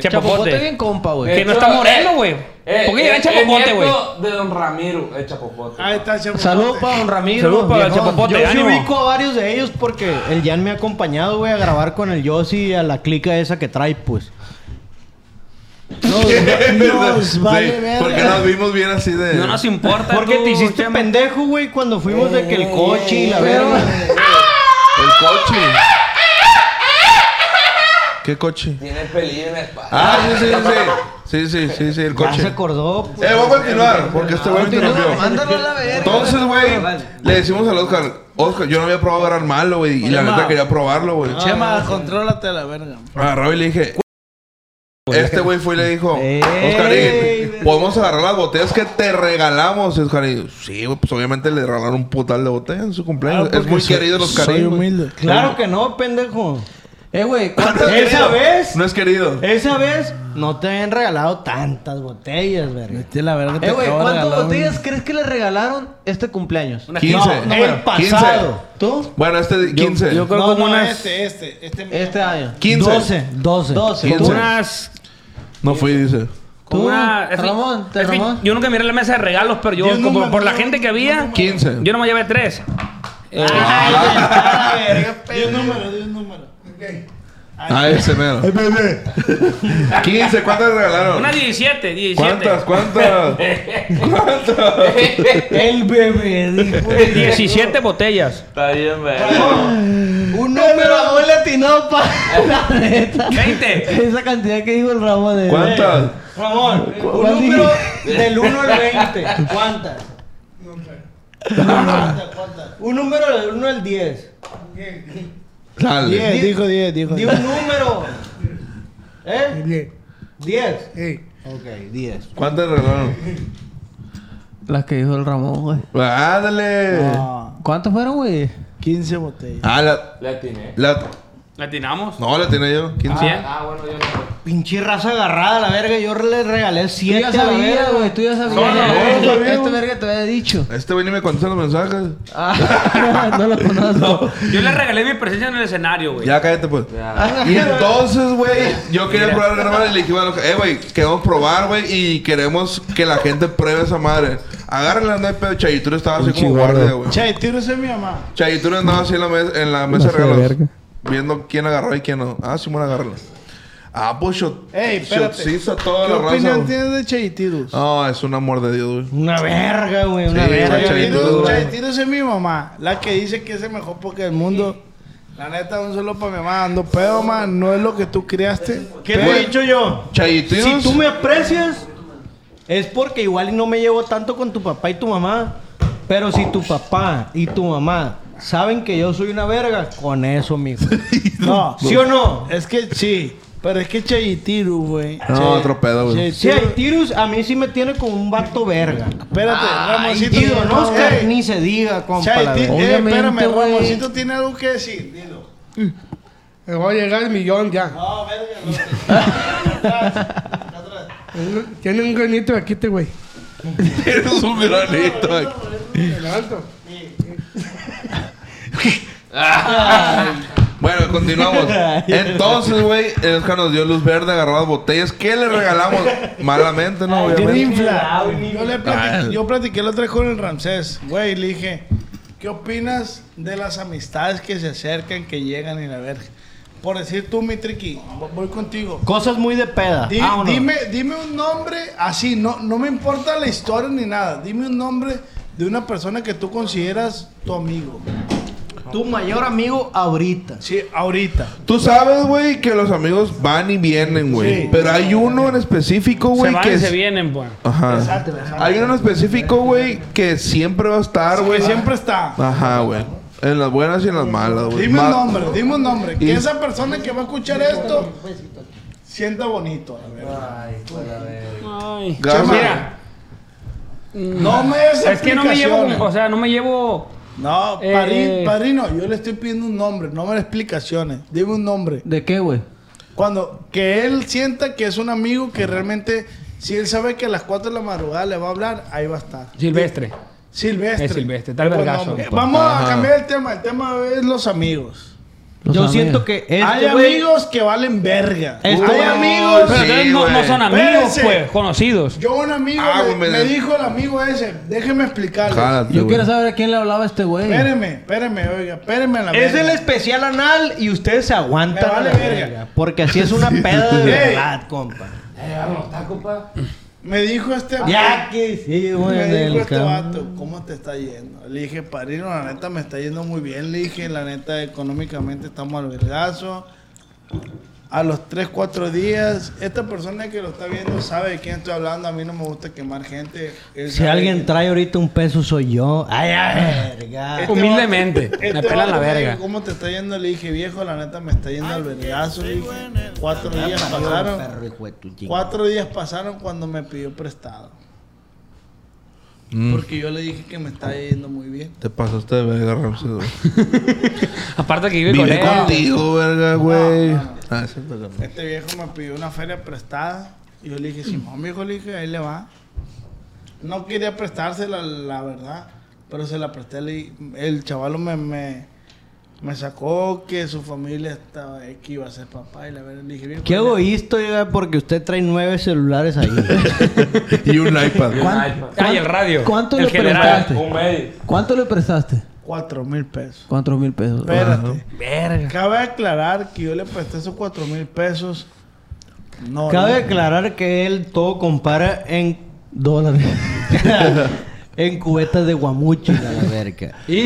[SPEAKER 7] Chapopote
[SPEAKER 4] Chapopote.
[SPEAKER 7] bien compa, güey.
[SPEAKER 4] Que no está moreno, güey. ¿Por qué
[SPEAKER 9] el-
[SPEAKER 4] era
[SPEAKER 9] el
[SPEAKER 4] chapopote, güey?
[SPEAKER 9] eh, nieto de Don Ramiro, el chapopote.
[SPEAKER 2] Ahí está el Chapopote.
[SPEAKER 7] Saludos para don Ramiro.
[SPEAKER 4] Saludos para el
[SPEAKER 7] viejón.
[SPEAKER 4] Chapopote.
[SPEAKER 3] Yo sí
[SPEAKER 4] ánimo.
[SPEAKER 3] ubico a varios de ellos porque el Jan me ha acompañado, güey, a grabar con el Yossi y a la clica esa que trae, pues.
[SPEAKER 5] Sí,
[SPEAKER 2] vale verga.
[SPEAKER 5] Porque nos vimos bien así de.
[SPEAKER 4] No nos importa.
[SPEAKER 3] Porque
[SPEAKER 4] tú,
[SPEAKER 3] te hiciste
[SPEAKER 4] Chema.
[SPEAKER 3] pendejo, güey, cuando fuimos de que el coche y la
[SPEAKER 7] Eh, Pero-
[SPEAKER 3] verga.
[SPEAKER 5] El coche. ¿Qué coche?
[SPEAKER 9] Tiene pelín en la espalda.
[SPEAKER 5] Ah, sí, sí, sí. Sí, sí, sí, sí, el
[SPEAKER 3] Ya se
[SPEAKER 5] coche.
[SPEAKER 3] acordó. pues.
[SPEAKER 5] Eh, voy a continuar, porque este güey me interrumpió.
[SPEAKER 7] Mándalo a la verga.
[SPEAKER 5] Entonces, güey, le decimos al Oscar, Oscar, yo no había probado gran malo, güey, y la neta quería probarlo, güey.
[SPEAKER 2] Ah.
[SPEAKER 7] Chema, contrólate a la verga.
[SPEAKER 5] Agarró y le dije.
[SPEAKER 2] Pues
[SPEAKER 5] Este güey fue y le dijo,
[SPEAKER 3] Ey,
[SPEAKER 5] Oscarín, podemos agarrar las botellas que te regalamos, Oscarín. Sí, güey, pues obviamente le regalaron un putal de botellas en su cumpleaños. es muy querido el Oscarín.
[SPEAKER 2] Ah, Soy
[SPEAKER 5] güey.
[SPEAKER 2] humilde.
[SPEAKER 3] Claro que no, pendejo.
[SPEAKER 7] Eh, güey.
[SPEAKER 5] No es
[SPEAKER 3] Esa
[SPEAKER 5] querido.
[SPEAKER 3] vez,
[SPEAKER 5] No es querido.
[SPEAKER 3] esa vez no te habían regalado tantas botellas, verga.
[SPEAKER 2] Este, la verga, te
[SPEAKER 7] Eh, güey,
[SPEAKER 2] acabo de
[SPEAKER 7] ¿cuántas
[SPEAKER 2] regalar un-
[SPEAKER 7] botellas crees que le regalaron este cumpleaños?
[SPEAKER 5] 15.
[SPEAKER 3] No, el pasado.
[SPEAKER 7] ¿Tú?
[SPEAKER 5] Bueno, este 15.
[SPEAKER 4] Yo creo
[SPEAKER 3] No,
[SPEAKER 4] que como
[SPEAKER 3] no,
[SPEAKER 4] unas.
[SPEAKER 2] Este, este, este. mismo.
[SPEAKER 7] Este año.
[SPEAKER 5] 15.
[SPEAKER 3] 12, 12.
[SPEAKER 7] 12.
[SPEAKER 5] Quince.
[SPEAKER 4] como unas.
[SPEAKER 5] No fui, dice.
[SPEAKER 4] como
[SPEAKER 7] Tú,
[SPEAKER 4] una- es que-
[SPEAKER 7] Ramón, te
[SPEAKER 4] es que
[SPEAKER 7] Ramón.
[SPEAKER 4] Yo nunca miré la mesa de regalos, pero yo,
[SPEAKER 2] Yo no
[SPEAKER 4] como
[SPEAKER 2] me-
[SPEAKER 4] por la
[SPEAKER 2] no-
[SPEAKER 4] gente que había,
[SPEAKER 5] 15.
[SPEAKER 4] yo no me llevé tres.
[SPEAKER 2] Di un número, di un número.
[SPEAKER 5] Ah, ese mero. 15, ¿cuántas regalaron?
[SPEAKER 4] Unas 17, 17.
[SPEAKER 5] ¿Cuántas? ¿Cuántas?
[SPEAKER 3] El bebé dijo.
[SPEAKER 4] 17 botellas.
[SPEAKER 9] Está bien, güey.
[SPEAKER 7] Un número muy latinado para la neta.
[SPEAKER 4] 20.
[SPEAKER 7] Esa cantidad que dijo el Ramón eh. de.
[SPEAKER 5] ¿Cuántas?
[SPEAKER 3] Ramón, un
[SPEAKER 7] ¿Cuál
[SPEAKER 3] número del 1 al 20. ¿Cuántas? Un número del 1 al 10.
[SPEAKER 5] Dale.
[SPEAKER 2] 10, dijo 10, dijo
[SPEAKER 3] Di
[SPEAKER 2] 10.
[SPEAKER 3] un número. ¿Eh?
[SPEAKER 2] Bien.
[SPEAKER 3] 10.
[SPEAKER 2] Ey.
[SPEAKER 3] Ok, 10.
[SPEAKER 5] ¿Cuántas regalaron?
[SPEAKER 7] Las que dijo el Ramón, güey.
[SPEAKER 5] Ah, dale.
[SPEAKER 2] Ah,
[SPEAKER 7] ¿Cuántos fueron, güey?
[SPEAKER 2] 15 botellas.
[SPEAKER 5] Ah, la,
[SPEAKER 9] Le atiné.
[SPEAKER 5] la.
[SPEAKER 4] ¿La atinamos?
[SPEAKER 5] No, la tenía yo. 15.
[SPEAKER 4] ¿Cien?
[SPEAKER 9] Ah, bueno, yo no.
[SPEAKER 3] Pinche raza agarrada a la verga. Yo le regalé
[SPEAKER 7] Tú
[SPEAKER 3] siete
[SPEAKER 7] ya
[SPEAKER 3] a la verga,
[SPEAKER 7] sabías, güey. Tú ya sabías.
[SPEAKER 5] No, no,
[SPEAKER 7] Este-
[SPEAKER 5] no sabía,
[SPEAKER 7] Este
[SPEAKER 5] güey.
[SPEAKER 7] verga te había dicho.
[SPEAKER 5] Este güey ni me contesta los mensajes.
[SPEAKER 7] Ah, no lo conozco.
[SPEAKER 4] Yo le regalé mi presencia en el escenario, güey.
[SPEAKER 5] Ya cállate, pues. Y entonces, güey, yo quería probar grabar y le dije, bueno, eh, güey, queremos probar, güey, y queremos que la gente pruebe esa madre. Agárrenla, no hay pedo. Chayituro estaba así como guardia, güey.
[SPEAKER 2] Ah. Che, tiro ese es mi mamá.
[SPEAKER 5] Chayituro andaba así en la, mes- en la mesa de regalos. Viendo quién agarró y quién no. Ah, Simón, agárrenla. Ah, pues shot.
[SPEAKER 2] Ey, espérate.
[SPEAKER 5] shotsizo a toda
[SPEAKER 2] ¿Qué
[SPEAKER 5] la raza.
[SPEAKER 2] opinión
[SPEAKER 5] güey.
[SPEAKER 2] tienes de Cheitirus?
[SPEAKER 5] No, es un amor de Dios, güey.
[SPEAKER 3] Una verga, güey. Una
[SPEAKER 5] Sí,
[SPEAKER 3] verga.
[SPEAKER 5] güey, Chayituro,
[SPEAKER 3] güey.
[SPEAKER 2] Cheitirus es mi mamá, la que dice que es el mejor porque del mundo. La neta, un solo para mi mamá. Ando pedo, man. No es lo que tú criaste.
[SPEAKER 3] ¿Qué te
[SPEAKER 5] Güey.
[SPEAKER 3] he dicho yo?
[SPEAKER 5] Chayituro.
[SPEAKER 3] Si tú me aprecias, es porque igual y no me llevo tanto con tu papá y tu mamá. Pero si tu papá y tu mamá saben que yo soy una verga, con eso, mijo.
[SPEAKER 2] No.
[SPEAKER 3] ¿Sí o no?
[SPEAKER 2] Es que sí. Pero es que Cheitiru, güey.
[SPEAKER 5] No,
[SPEAKER 2] Che-
[SPEAKER 5] otro pedo, güey.
[SPEAKER 2] Cheitirus-
[SPEAKER 3] Si hay tirus, a mí sí me tiene como un vato verga.
[SPEAKER 2] Espérate, Ramoncito.
[SPEAKER 3] Y don Oscar,
[SPEAKER 2] Ey,
[SPEAKER 3] ni se diga, compa.
[SPEAKER 2] Cheitirus-
[SPEAKER 3] la verga.
[SPEAKER 2] eh,
[SPEAKER 7] Obviamente,
[SPEAKER 2] espérame,
[SPEAKER 7] güey.
[SPEAKER 2] Ramoncito tiene algo que decir. Dilo.
[SPEAKER 11] Me va a llegar el millón ya.
[SPEAKER 2] No, verga, no.
[SPEAKER 11] Tiene un granito aquí este güey.
[SPEAKER 5] Eres un granito, güey.
[SPEAKER 11] Te levanto.
[SPEAKER 5] Bueno, continuamos. Entonces, güey, el Oscar nos dio luz verde, agarró las botellas. ¿Qué le regalamos? Malamente, ¿no? Obviamente.
[SPEAKER 2] Grinfla. Yo, le plati-
[SPEAKER 5] Ah.
[SPEAKER 2] yo platiqué la otra vez con el Ramsés, güey, y le dije, ¿qué opinas de las amistades que se acercan, que llegan y la verga? Por decir tú, mi triqui, vo- voy contigo.
[SPEAKER 3] Cosas muy de peda.
[SPEAKER 2] Di-
[SPEAKER 7] Ah,
[SPEAKER 3] Vámonos.
[SPEAKER 2] dime, dime un nombre así, no, no me importa la historia ni nada. Dime un nombre de una persona que tú consideras tu amigo.
[SPEAKER 3] Tu mayor amigo ahorita.
[SPEAKER 2] Sí, ahorita.
[SPEAKER 5] Tú sabes, güey, que los amigos van y vienen, güey.
[SPEAKER 2] Sí.
[SPEAKER 5] Pero hay uno en específico,
[SPEAKER 4] Se
[SPEAKER 5] güey,
[SPEAKER 4] van
[SPEAKER 5] que
[SPEAKER 4] y
[SPEAKER 5] es-
[SPEAKER 4] se vienen, pues.
[SPEAKER 5] Ajá. Hay uno en específico, güey, que siempre va a estar,
[SPEAKER 2] Que
[SPEAKER 5] güey.
[SPEAKER 2] siempre está.
[SPEAKER 5] Ajá, güey. En las buenas y en las malas, güey.
[SPEAKER 2] Dime
[SPEAKER 5] Pues Ma-
[SPEAKER 2] un nombre, dime un nombre.
[SPEAKER 5] Y-
[SPEAKER 2] Que esa persona que va a escuchar esto sienta bonito, la verga.
[SPEAKER 4] Ay.
[SPEAKER 5] Gama.
[SPEAKER 4] Mira,
[SPEAKER 2] No me des
[SPEAKER 4] es que no me llevo,
[SPEAKER 2] explicaciones.
[SPEAKER 4] con- o sea, no me llevo.
[SPEAKER 2] No,
[SPEAKER 4] Eh,
[SPEAKER 2] padri-
[SPEAKER 4] eh.
[SPEAKER 2] padrino, yo le estoy pidiendo un nombre, no me dé explicaciones. Dime un nombre.
[SPEAKER 7] ¿De qué, güey?
[SPEAKER 2] Cuando que él sienta que es un amigo que realmente, si él sabe que a las 4 de la madrugada le va a hablar, ahí va a estar.
[SPEAKER 4] Silvestre.
[SPEAKER 2] Silvestre.
[SPEAKER 4] Es Silvestre, tal
[SPEAKER 2] Buen
[SPEAKER 4] vergazo.
[SPEAKER 2] nombre. Eh, Vamos a cambiar el tema. El tema es los amigos.
[SPEAKER 7] Los
[SPEAKER 3] Yo
[SPEAKER 7] amigos.
[SPEAKER 3] siento que este
[SPEAKER 2] Hay
[SPEAKER 3] güey-
[SPEAKER 2] amigos que valen verga.
[SPEAKER 3] Este
[SPEAKER 2] Hay
[SPEAKER 3] güey-
[SPEAKER 2] amigos.
[SPEAKER 4] Pero entonces no, no
[SPEAKER 5] güey.
[SPEAKER 4] son amigos,
[SPEAKER 2] Espérense.
[SPEAKER 4] pues, conocidos.
[SPEAKER 2] Yo un amigo
[SPEAKER 5] Ah,
[SPEAKER 2] me,
[SPEAKER 5] güey,
[SPEAKER 2] me
[SPEAKER 5] me-
[SPEAKER 2] dijo el amigo ese, déjeme explicarle.
[SPEAKER 5] Jálate,
[SPEAKER 7] Yo
[SPEAKER 5] güey.
[SPEAKER 7] quiero saber a quién le hablaba este güey.
[SPEAKER 2] Espéreme, espéreme, oiga, espéreme a la
[SPEAKER 3] Es el
[SPEAKER 2] verga.
[SPEAKER 3] especial anal y ustedes se aguantan.
[SPEAKER 2] Me vale
[SPEAKER 3] a la
[SPEAKER 2] verga.
[SPEAKER 3] Porque así es una peda de
[SPEAKER 2] Ey.
[SPEAKER 3] verdad, compa.
[SPEAKER 2] Me dijo este
[SPEAKER 3] Ya que sí, güey.
[SPEAKER 2] me dijo
[SPEAKER 3] del
[SPEAKER 2] este
[SPEAKER 3] cabrón.
[SPEAKER 2] vato, ¿cómo te está yendo? Le dije, Parino, la neta me está yendo muy bien. Le dije, la neta, económicamente estamos al vergazo. A los 3, 4 días, esta persona que lo está viendo sabe de quién estoy hablando. A mí no me gusta quemar gente. Él
[SPEAKER 3] Si
[SPEAKER 2] sabe
[SPEAKER 3] alguien
[SPEAKER 2] que-
[SPEAKER 3] trae ahorita un peso soy yo. Ay, ay, verga.
[SPEAKER 2] Este
[SPEAKER 4] Humildemente,
[SPEAKER 2] vato-
[SPEAKER 4] me
[SPEAKER 2] este
[SPEAKER 4] pelan la
[SPEAKER 2] vato me
[SPEAKER 4] verga.
[SPEAKER 2] dijo, ¿Cómo te está yendo? Le dije, viejo, la neta me está yendo al vergazo. Le dije, cuatro días
[SPEAKER 3] Perro,
[SPEAKER 2] pasaron.
[SPEAKER 3] hijo de tu chingada.
[SPEAKER 2] Cuatro días pasaron cuando me pidió prestado.
[SPEAKER 4] Mm.
[SPEAKER 2] Porque yo le dije que me está yendo muy bien.
[SPEAKER 5] Te pasaste de verga, Ramses, güey.
[SPEAKER 4] Aparte que vive con
[SPEAKER 5] Vive
[SPEAKER 4] él.
[SPEAKER 5] contigo, verga, güey. Ah, es cierto, carnal.
[SPEAKER 2] Este viejo me pidió una feria prestada. Y yo le dije, Simón, viejo, le dije, ahí le va. No quería prestársela, la verdad. Pero se la presté. le- El chaval me, me, me sacó que su familia estaba que iba a ser papá. Y la verdad, le dije, viejo.
[SPEAKER 3] Qué
[SPEAKER 2] le-
[SPEAKER 3] egoísta, oiga, porque usted trae nueve celulares ahí.
[SPEAKER 5] Y un iPad.
[SPEAKER 4] Ay, el radio.
[SPEAKER 7] ¿Cuánto
[SPEAKER 4] el
[SPEAKER 7] le
[SPEAKER 4] general.
[SPEAKER 7] prestaste? ¿Cuánto le prestaste?
[SPEAKER 2] Cuatro mil pesos.
[SPEAKER 7] Cuatro mil pesos.
[SPEAKER 2] Espérate.
[SPEAKER 7] Verga.
[SPEAKER 2] Cabe aclarar que yo le presté esos cuatro mil pesos. No.
[SPEAKER 3] Cabe
[SPEAKER 2] no.
[SPEAKER 3] aclarar que él todo compara en dólares. en cubetas de guamuchi, a la verga. Le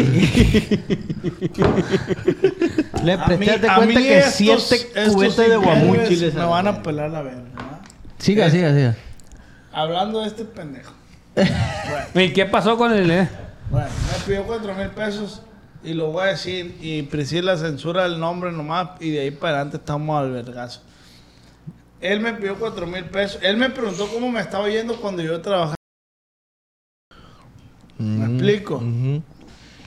[SPEAKER 2] A mí-
[SPEAKER 3] presté de
[SPEAKER 2] a
[SPEAKER 3] cuenta
[SPEAKER 2] mí
[SPEAKER 3] que
[SPEAKER 2] estos-
[SPEAKER 3] siete
[SPEAKER 2] estos
[SPEAKER 3] cubetas de guamuchi
[SPEAKER 2] imbéciles
[SPEAKER 3] les
[SPEAKER 2] Me van a pelar la verga. ¿verdad?
[SPEAKER 7] Siga, siga, siga.
[SPEAKER 2] Hablando de este pendejo.
[SPEAKER 4] ¿Y qué pasó con el.? eh?
[SPEAKER 2] Bueno, me pidió cuatro mil pesos y lo voy a decir. Y Priscila censura el nombre nomás y de ahí para adelante estamos al vergazo. Él me pidió cuatro mil pesos. Él me preguntó cómo me estaba yendo cuando yo trabajaba. ¿Me explico?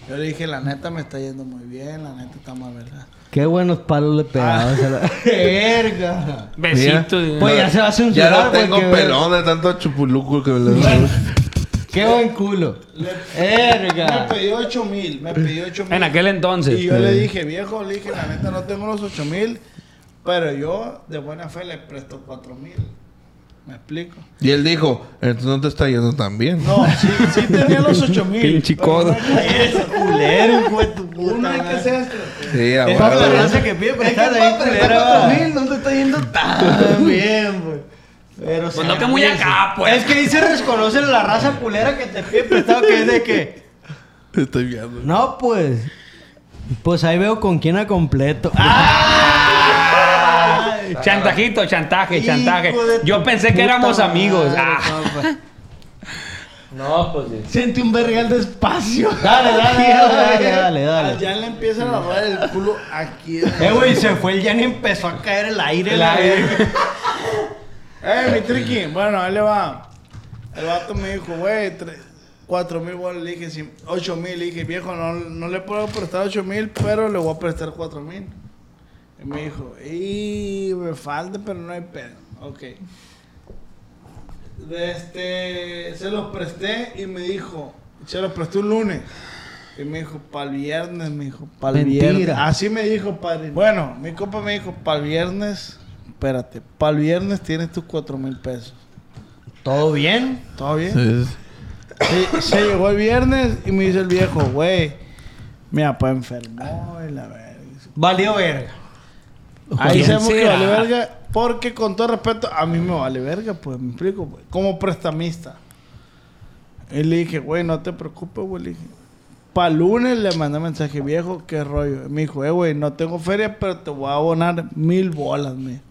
[SPEAKER 2] Yo le dije, la neta me está yendo muy bien, la neta estamos a verdad.
[SPEAKER 3] Qué buenos palos le
[SPEAKER 2] Ah.
[SPEAKER 3] pegabas a la... ¡Verga!
[SPEAKER 4] Besito.
[SPEAKER 5] Mira.
[SPEAKER 3] Pues ya se va a censurar.
[SPEAKER 5] Ya no tengo
[SPEAKER 3] porque-
[SPEAKER 5] pelón de tanto chupuluco que me le doy.
[SPEAKER 3] ¡Qué buen culo! ¡Verga!
[SPEAKER 2] Me pidió 8 mil, me pidió 8 mil.
[SPEAKER 4] En aquel entonces.
[SPEAKER 2] Y yo le dije, viejo, le dije, la neta no tengo los 8 mil, pero yo de buena fe le presto 4 mil. ¿Me explico?
[SPEAKER 5] Y él dijo, entonces no te está yendo tan bien.
[SPEAKER 2] No, sí, sí tenía los 8 mil.
[SPEAKER 9] Pinche
[SPEAKER 2] pero no
[SPEAKER 9] codo.
[SPEAKER 2] es eso,
[SPEAKER 3] Culero, hijo de tu puta
[SPEAKER 2] Uno hay que
[SPEAKER 3] madre.
[SPEAKER 2] ser estratégico.
[SPEAKER 5] Sí,
[SPEAKER 9] Ah,
[SPEAKER 5] a
[SPEAKER 3] Esta
[SPEAKER 5] huevo.
[SPEAKER 3] raza que pide prestar ahí, culera, va.
[SPEAKER 7] no te está yendo tan.
[SPEAKER 3] También, güey. Pero
[SPEAKER 4] Pues no que muy acá, pues.
[SPEAKER 3] Es que dice reconocer la raza culera que te pide prestado, que es de que.
[SPEAKER 5] Estoy viendo.
[SPEAKER 3] No, pues. Pues ahí veo con quién a completo. ¡Ah!
[SPEAKER 4] Chantajito, chantaje,
[SPEAKER 3] Hijo
[SPEAKER 4] chantaje.
[SPEAKER 3] de tu
[SPEAKER 4] Yo pensé que
[SPEAKER 3] puta
[SPEAKER 4] éramos
[SPEAKER 3] madre,
[SPEAKER 4] amigos. Ah.
[SPEAKER 3] compa.
[SPEAKER 9] No, pues sí.
[SPEAKER 7] Siente un vergal despacio.
[SPEAKER 3] Dale, dale, dale, dale, dale.
[SPEAKER 2] Ya le empiezan a lavar el culo aquí.
[SPEAKER 3] Eh, güey, se fue el Jan y empezó a caer el aire. la verga.
[SPEAKER 2] Eh, mi triqui. Bueno, ahí le va. El vato me dijo, güey, tre- cuatro mil bolas. Le dije, sí, ocho mil. Le dije, viejo, no, no le puedo prestar ocho mil, pero le voy a prestar cuatro mil. Y me dijo, y me falta, pero no hay pedo. Ok. De este, se los presté y me dijo, se los presté un lunes. Y me dijo, para el viernes, me dijo, para el
[SPEAKER 3] Mentira.
[SPEAKER 2] viernes. Así me dijo, para Bueno, mi compa me dijo, para el viernes, espérate, para el viernes tienes tus cuatro mil pesos.
[SPEAKER 3] ¿Todo bien?
[SPEAKER 2] ¿Todo bien?
[SPEAKER 5] Sí, sí.
[SPEAKER 2] Se, se llegó el viernes y me dice el viejo, güey, mi papá enfermó y la verga.
[SPEAKER 3] Valió verga.
[SPEAKER 2] Ahí
[SPEAKER 4] ¿Quién
[SPEAKER 2] sabemos que
[SPEAKER 4] será?
[SPEAKER 2] vale verga, porque con todo respeto, a mí me vale verga, pues, me explico, pues, como prestamista. Y le dije, güey, no te preocupes, güey, le dije. Pa' lunes le mandé mensaje, viejo, qué rollo. Y Me dijo, eh, güey, no tengo feria, pero te voy a abonar mil bolas, me.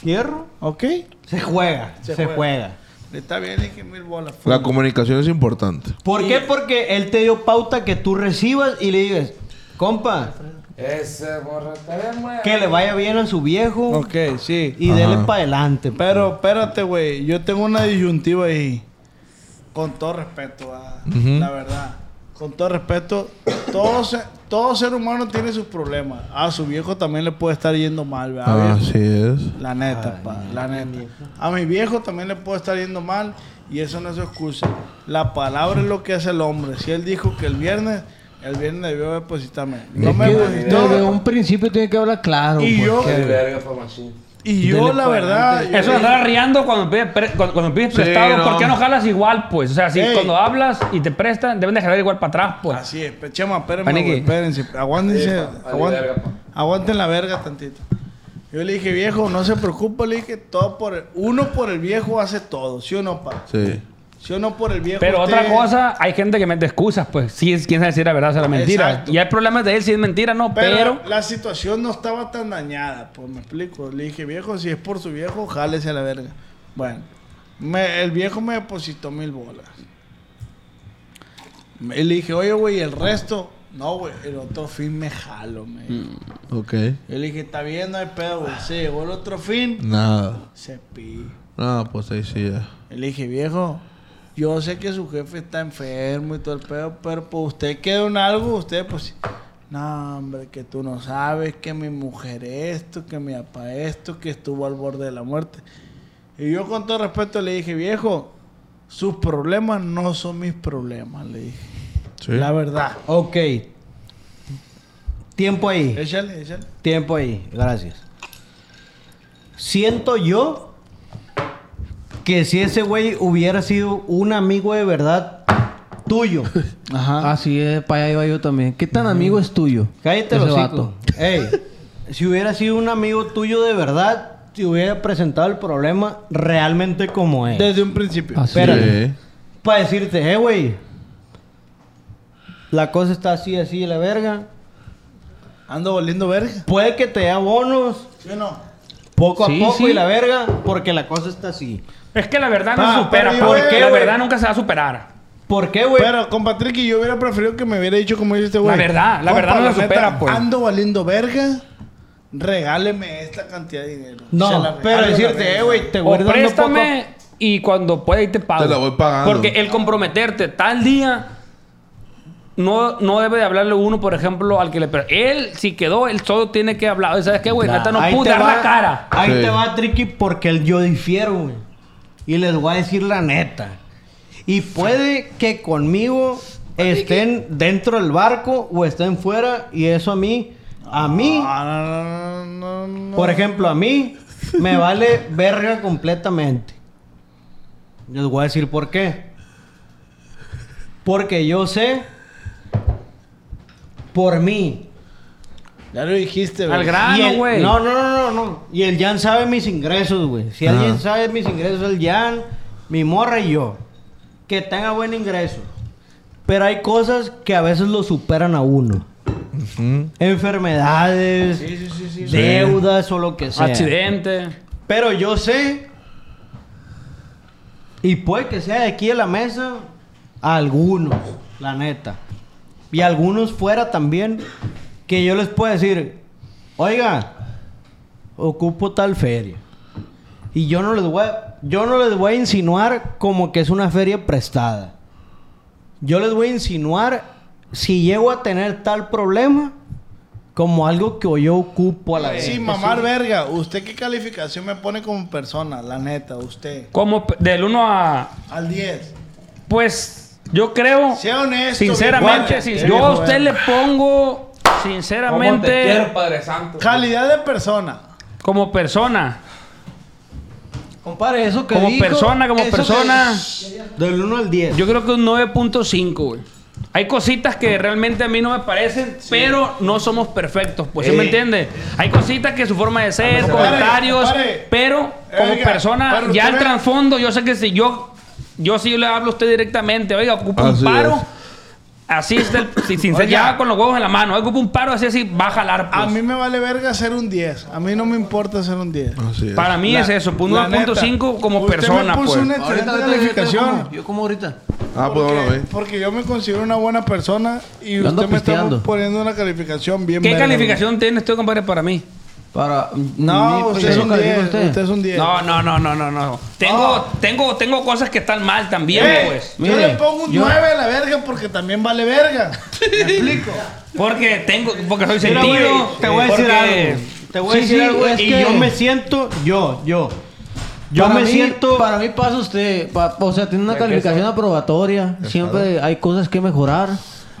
[SPEAKER 3] ¿Fierro?
[SPEAKER 2] ¿Ok?
[SPEAKER 3] Se juega, se,
[SPEAKER 2] Se
[SPEAKER 3] juega.
[SPEAKER 2] juega. Le está bien, le dije, mil bolas.
[SPEAKER 5] La comunicación es importante.
[SPEAKER 3] ¿Por qué? Porque él te dio pauta que tú recibas y le digas, compa,
[SPEAKER 9] Ese morro está bien, güey.
[SPEAKER 3] que le vaya bien a su viejo
[SPEAKER 2] ok, sí.
[SPEAKER 3] y
[SPEAKER 5] Ajá.
[SPEAKER 3] dele para adelante.
[SPEAKER 2] Pero espérate, güey, yo tengo una disyuntiva ahí. Con todo respeto, ah, la verdad. Con todo respeto, todo ser, todo ser humano tiene sus problemas. A su viejo también le puede estar yendo mal, ¿verdad, viejo?
[SPEAKER 5] Así es.
[SPEAKER 2] La neta, pa, la neta. A mi viejo también le puede estar yendo mal y eso no es excusa. La palabra es lo que hace el hombre. Si él dijo que el viernes, el viernes debió depositarme. No me depositó.
[SPEAKER 7] Desde un principio tiene que hablar claro.
[SPEAKER 2] Y
[SPEAKER 7] pues.
[SPEAKER 2] yo,
[SPEAKER 9] Qué verga, pa' machín.
[SPEAKER 2] y yo la verdad. yo
[SPEAKER 4] Eso de
[SPEAKER 2] dije-
[SPEAKER 4] andar riando cuando pides, pre- cuando, cuando pides
[SPEAKER 5] Sí,
[SPEAKER 4] prestado,
[SPEAKER 5] no.
[SPEAKER 4] ¿por qué no jalas igual, pues? O sea, si
[SPEAKER 2] Ey.
[SPEAKER 4] cuando hablas y te prestan, deben de jalar igual para atrás, pues.
[SPEAKER 2] Así es, pe- Chema, espérenme,
[SPEAKER 4] Paniqui.
[SPEAKER 2] güey, espérense. Aguántense.
[SPEAKER 9] Sí, pa,
[SPEAKER 2] aguant-
[SPEAKER 9] vale verga, pa.
[SPEAKER 2] aguanten la verga tantito. Yo le dije, viejo, no se preocupe, le dije, todo por el- uno por el viejo hace todo, ¿sí o no, pa?
[SPEAKER 5] Sí.
[SPEAKER 2] ¿Sí o no por el viejo?
[SPEAKER 4] Pero
[SPEAKER 2] usted-
[SPEAKER 4] otra cosa, hay gente que mete excusas, pues. Sí, es quién sabe si era verdad o si era mentira.
[SPEAKER 2] Exacto.
[SPEAKER 4] Y hay problemas de él si es mentira, no, pero.
[SPEAKER 2] Pero la situación no estaba tan dañada, pues me explico. Le dije, viejo, si es por su viejo, jálese a la verga. Bueno, me- el viejo me depositó mil bolas. Y le dije, oye, güey, ¿y el resto. No, güey, el otro fin me jalo, me. dijo.
[SPEAKER 5] Ok.
[SPEAKER 2] Yo le dije, está bien, no hay pedo, güey. Se llegó el otro fin,
[SPEAKER 5] Nada.
[SPEAKER 2] se pi.
[SPEAKER 5] Nada, pues ahí sí ya.
[SPEAKER 2] Yo le dije, viejo, yo sé que su jefe está enfermo y todo el pedo, pero pues usted queda en algo, usted pues... No, hombre, que tú no sabes, que mi mujer esto, que mi papá esto, que estuvo al borde de la muerte. Y yo con todo respeto le dije, viejo, sus problemas no son mis problemas, le dije.
[SPEAKER 5] Sí.
[SPEAKER 2] La verdad.
[SPEAKER 3] Ok. Tiempo ahí.
[SPEAKER 2] Échale, échale.
[SPEAKER 3] Tiempo ahí, gracias. Siento yo que si ese güey hubiera sido un amigo de verdad tuyo,
[SPEAKER 7] Ajá. Así es, para allá iba yo también. ¿Qué tan amigo es tuyo?
[SPEAKER 3] cállate
[SPEAKER 7] Ese
[SPEAKER 3] los
[SPEAKER 7] vato.
[SPEAKER 3] Ey, si hubiera sido un amigo tuyo de verdad, te hubiera presentado el problema realmente como es.
[SPEAKER 2] Desde un principio.
[SPEAKER 3] Ah,
[SPEAKER 7] Así
[SPEAKER 3] Espérate.
[SPEAKER 5] Sí.
[SPEAKER 3] Para decirte, eh, güey, la cosa está así, así, la verga.
[SPEAKER 2] Ando volviendo verga.
[SPEAKER 3] Puede que te dé bonos
[SPEAKER 2] ¿Sí o no?
[SPEAKER 3] poco a
[SPEAKER 7] Sí,
[SPEAKER 3] poco
[SPEAKER 7] sí.
[SPEAKER 3] y la verga, porque la cosa está así.
[SPEAKER 4] Es que la verdad no
[SPEAKER 2] Ah,
[SPEAKER 4] se supera,
[SPEAKER 2] pero yo-
[SPEAKER 4] porque
[SPEAKER 2] ¿Qué,
[SPEAKER 4] la
[SPEAKER 2] güey?
[SPEAKER 4] verdad nunca se va a superar.
[SPEAKER 3] ¿Por qué, güey?
[SPEAKER 2] Pero, compatrick, yo hubiera preferido que me hubiera dicho como dice este güey.
[SPEAKER 4] La verdad, la verdad no la supera, pues.
[SPEAKER 2] Ando valiendo verga, regáleme esta cantidad de dinero. Se la
[SPEAKER 3] No,
[SPEAKER 2] regalo,
[SPEAKER 3] pero
[SPEAKER 2] la
[SPEAKER 3] decirte,
[SPEAKER 2] regalo.
[SPEAKER 3] eh, güey, te
[SPEAKER 4] O
[SPEAKER 3] voy dando poco.
[SPEAKER 4] préstame y cuando pueda ahí te pago.
[SPEAKER 5] Te la voy pagando.
[SPEAKER 4] Porque el comprometerte tal día no, no debe de hablarle uno, por ejemplo, al que le... Pero él, si quedó, él solo tiene que hablar. ¿Sabes qué, güey? Neta, no
[SPEAKER 3] Ahí
[SPEAKER 4] pude
[SPEAKER 3] te
[SPEAKER 4] dar
[SPEAKER 3] va-
[SPEAKER 4] la cara.
[SPEAKER 3] Ahí
[SPEAKER 5] Sí.
[SPEAKER 3] te va, Tricky, porque el yo difiero, güey. Y les voy a decir la neta. Y puede que conmigo estén dentro del barco o estén fuera, y eso a mí, a mí,
[SPEAKER 2] Ah, no, no, no.
[SPEAKER 3] por ejemplo, a mí, me vale verga completamente. Les voy a decir por qué. Porque yo sé, por mí,
[SPEAKER 2] Ya lo dijiste,
[SPEAKER 4] Al
[SPEAKER 2] güey.
[SPEAKER 3] y
[SPEAKER 4] grano,
[SPEAKER 3] el-
[SPEAKER 4] Ah, güey.
[SPEAKER 3] No, no, no, no, no. Y el Jan sabe mis ingresos, güey. Si alguien sabe mis ingresos, el Jan, mi morra y yo. Que tenga buen ingreso. Pero hay cosas que a veces lo superan a uno.
[SPEAKER 5] Mm,
[SPEAKER 3] Enfermedades, deudas o lo que sea.
[SPEAKER 4] Accidente.
[SPEAKER 3] Pero yo sé. Y puede que sea de aquí en la mesa. Algunos, la neta. Y algunos fuera también. Que yo les puedo decir. Oiga, ocupo tal feria. Y yo no les voy a, yo no les voy a insinuar como que es una feria prestada. Yo les voy a insinuar si llego a tener tal problema como algo que yo ocupo a la vez.
[SPEAKER 2] Sí, mamar verga. ¿Usted qué calificación me pone como persona? La neta, usted.
[SPEAKER 4] Como pe- del 1 a...
[SPEAKER 2] Al 10.
[SPEAKER 4] Pues, yo creo...
[SPEAKER 2] Sea honesto.
[SPEAKER 4] Sinceramente,
[SPEAKER 2] viejo.
[SPEAKER 4] sin-
[SPEAKER 2] Viejo, eh.
[SPEAKER 4] yo a usted
[SPEAKER 2] güey.
[SPEAKER 4] le pongo,
[SPEAKER 9] ¿Cómo te quiero,
[SPEAKER 4] sinceramente,
[SPEAKER 9] Padre Santo?
[SPEAKER 2] Calidad de persona.
[SPEAKER 4] como persona.
[SPEAKER 3] Compadre, eso que
[SPEAKER 4] Como
[SPEAKER 3] dijo,
[SPEAKER 4] persona, como
[SPEAKER 3] eso que-
[SPEAKER 4] persona.
[SPEAKER 3] Del 1 al 10.
[SPEAKER 4] Yo creo que un 9.5, güey. Hay cositas que realmente a mí no me parecen, pero no somos perfectos, pues, ¿sí me entiende? Hay cositas que su forma de ser,
[SPEAKER 2] Compadre,
[SPEAKER 4] comentarios,
[SPEAKER 2] compadre.
[SPEAKER 4] pero como
[SPEAKER 2] Oiga,
[SPEAKER 4] persona,
[SPEAKER 2] compadre,
[SPEAKER 4] ya
[SPEAKER 2] usted
[SPEAKER 4] el
[SPEAKER 2] me-
[SPEAKER 4] trasfondo, yo sé que si yo, yo sí le hablo a usted directamente, oiga, ocupa un
[SPEAKER 5] Así
[SPEAKER 4] paro,
[SPEAKER 5] es.
[SPEAKER 4] así es, del- sin, sin ser
[SPEAKER 2] Oiga.
[SPEAKER 4] ya con los huevos en la mano, ocupa un paro, así, así, va a jalar,
[SPEAKER 2] A
[SPEAKER 4] pues.
[SPEAKER 2] mí me vale verga ser un 10. A mí no me importa ser un 10.
[SPEAKER 5] Así es.
[SPEAKER 4] Para mí
[SPEAKER 2] La-
[SPEAKER 4] es eso, pues,
[SPEAKER 2] la
[SPEAKER 4] 9.5
[SPEAKER 2] neta.
[SPEAKER 4] como
[SPEAKER 2] Usted
[SPEAKER 4] persona,
[SPEAKER 2] me puso
[SPEAKER 4] pues.
[SPEAKER 2] una excelente calificación.
[SPEAKER 3] Yo como ahorita.
[SPEAKER 5] Ah, pues
[SPEAKER 2] Porque,
[SPEAKER 5] vamos a ver.
[SPEAKER 2] porque yo me considero una buena persona y
[SPEAKER 3] Yo ando
[SPEAKER 2] usted me está
[SPEAKER 3] pisteando.
[SPEAKER 2] poniendo una calificación bien
[SPEAKER 4] ¿Qué
[SPEAKER 2] verga,
[SPEAKER 4] calificación tienes tú, compadre, para mí?
[SPEAKER 3] Para.
[SPEAKER 2] güey. No, usted
[SPEAKER 12] pues,
[SPEAKER 2] es
[SPEAKER 3] pues, eso
[SPEAKER 2] un
[SPEAKER 3] que dijo
[SPEAKER 2] 10.
[SPEAKER 3] usted.
[SPEAKER 2] Usted. es un 10.
[SPEAKER 4] No, no, no, no, no, no.
[SPEAKER 12] Oh.
[SPEAKER 4] Tengo, tengo, tengo cosas que están mal también,
[SPEAKER 2] Eh,
[SPEAKER 4] pues.
[SPEAKER 2] yo
[SPEAKER 3] Mire,
[SPEAKER 2] le pongo un
[SPEAKER 3] yo-
[SPEAKER 2] 9 a la verga porque también vale verga. ¿Me explico?
[SPEAKER 4] Porque tengo, porque soy
[SPEAKER 3] Mira,
[SPEAKER 4] sentido.
[SPEAKER 3] güey, te voy a decir
[SPEAKER 4] porque-
[SPEAKER 3] algo. Te voy a
[SPEAKER 4] Sí,
[SPEAKER 3] decir
[SPEAKER 4] sí,
[SPEAKER 3] algo.
[SPEAKER 4] es
[SPEAKER 3] y
[SPEAKER 4] que-
[SPEAKER 3] yo me siento. Yo, yo. Yo
[SPEAKER 12] para
[SPEAKER 3] me
[SPEAKER 12] mí-
[SPEAKER 3] siento.
[SPEAKER 12] Para mí pasa usted. pa- o sea, tiene una calificación aprobatoria. Siempre hay cosas que mejorar.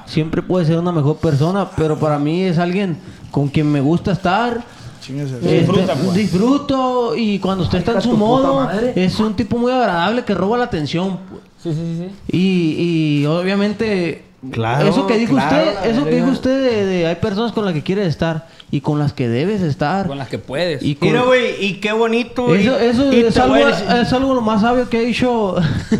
[SPEAKER 12] Siempre puede ser una mejor persona. Pero para mí es alguien con quien me gusta estar. Este,
[SPEAKER 4] pues.
[SPEAKER 3] pues.
[SPEAKER 12] Disfruto. Y cuando usted está en su modo, es un tipo muy agradable que roba la atención. pues. Y, y obviamente.
[SPEAKER 3] Claro,
[SPEAKER 12] eso que dijo
[SPEAKER 3] claro, la
[SPEAKER 12] usted, eso que
[SPEAKER 3] verga.
[SPEAKER 12] dijo usted de, de hay personas con las que quieres estar y con las que debes estar.
[SPEAKER 4] Con las que puedes.
[SPEAKER 12] Y con-
[SPEAKER 3] Mira, güey, y qué bonito. y-
[SPEAKER 12] eso eso
[SPEAKER 3] y
[SPEAKER 12] es,
[SPEAKER 3] te
[SPEAKER 12] algo,
[SPEAKER 3] voy a decir-
[SPEAKER 12] es algo lo más sabio que he dicho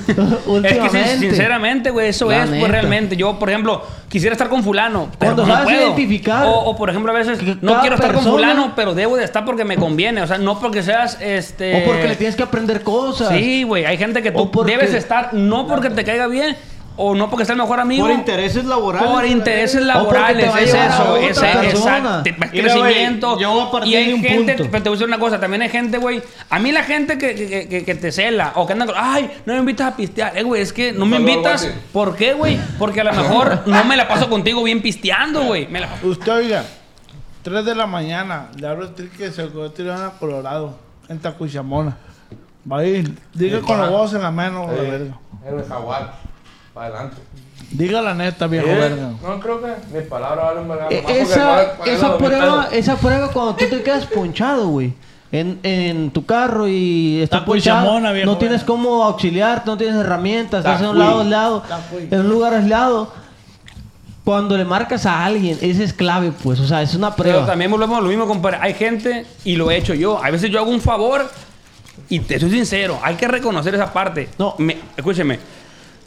[SPEAKER 12] últimamente.
[SPEAKER 4] es que sin- sinceramente, güey, eso
[SPEAKER 12] La
[SPEAKER 4] es pues,
[SPEAKER 12] neta.
[SPEAKER 4] realmente. Yo, por ejemplo, quisiera estar con fulano, pero
[SPEAKER 12] Cuando
[SPEAKER 4] no
[SPEAKER 12] sabes
[SPEAKER 4] puedo.
[SPEAKER 12] identificar
[SPEAKER 4] O, o, por ejemplo, a veces
[SPEAKER 12] que
[SPEAKER 4] no
[SPEAKER 12] cada
[SPEAKER 4] quiero estar con
[SPEAKER 12] persona-
[SPEAKER 4] fulano, pero debo de estar porque me conviene. O sea, no porque seas, este...
[SPEAKER 12] O porque le tienes que aprender cosas.
[SPEAKER 4] Sí, güey. Hay gente que tú
[SPEAKER 12] O porque-
[SPEAKER 4] debes estar no porque te caiga bien o no porque sea el mejor amigo.
[SPEAKER 3] Por intereses laborales.
[SPEAKER 4] Por intereses
[SPEAKER 12] O porque
[SPEAKER 4] laborales,
[SPEAKER 12] te va a
[SPEAKER 4] es
[SPEAKER 12] llevar a
[SPEAKER 4] eso,
[SPEAKER 12] otra
[SPEAKER 4] es eso,
[SPEAKER 12] persona.
[SPEAKER 3] Mira, güey,
[SPEAKER 4] crecimiento.
[SPEAKER 3] eh, yo voy a partir
[SPEAKER 4] y hay
[SPEAKER 3] de un
[SPEAKER 4] gente, pues,
[SPEAKER 3] punto.
[SPEAKER 4] pero te voy a decir una cosa, también hay gente, güey, a mí la gente que, que- que- que te cela o que anda con, ay, no me invitas a pistear, eh, güey, es que no me
[SPEAKER 9] Saludos,
[SPEAKER 4] invitas,
[SPEAKER 9] guate.
[SPEAKER 4] ¿por qué, güey? Porque a lo mejor no me la paso contigo bien pisteando, güey. Me la paso-
[SPEAKER 2] Usted, oiga, 3 de la mañana, le hablo a Tri que se lo tirar a Colorado, en Tacuichamona. Va a ir, diga con los huevos en la mano, la verga.
[SPEAKER 9] El jaguar. Para adelante.
[SPEAKER 2] Diga la neta,
[SPEAKER 4] Eh.
[SPEAKER 2] viejo verga.
[SPEAKER 9] No creo que mis palabras valen para
[SPEAKER 12] E- esa, esa, prueba, esa prueba cuando tú te quedas ponchado, güey. En, en tu carro y estás
[SPEAKER 2] Está cuichamona, viejo,
[SPEAKER 12] no tienes
[SPEAKER 2] güey.
[SPEAKER 12] cómo auxiliar, no tienes herramientas,
[SPEAKER 9] Está
[SPEAKER 12] estás en un
[SPEAKER 9] cui.
[SPEAKER 12] lado aislado,
[SPEAKER 2] Está cui.
[SPEAKER 12] en un lugar aislado. Cuando le marcas a alguien, ese es clave, pues, o sea, es una
[SPEAKER 4] Pero
[SPEAKER 12] prueba.
[SPEAKER 4] también volvemos a lo mismo, compadre. Hay gente, y lo he hecho yo, a veces yo hago un favor y te soy sincero, hay que reconocer esa parte.
[SPEAKER 12] No.
[SPEAKER 4] Me- escúcheme.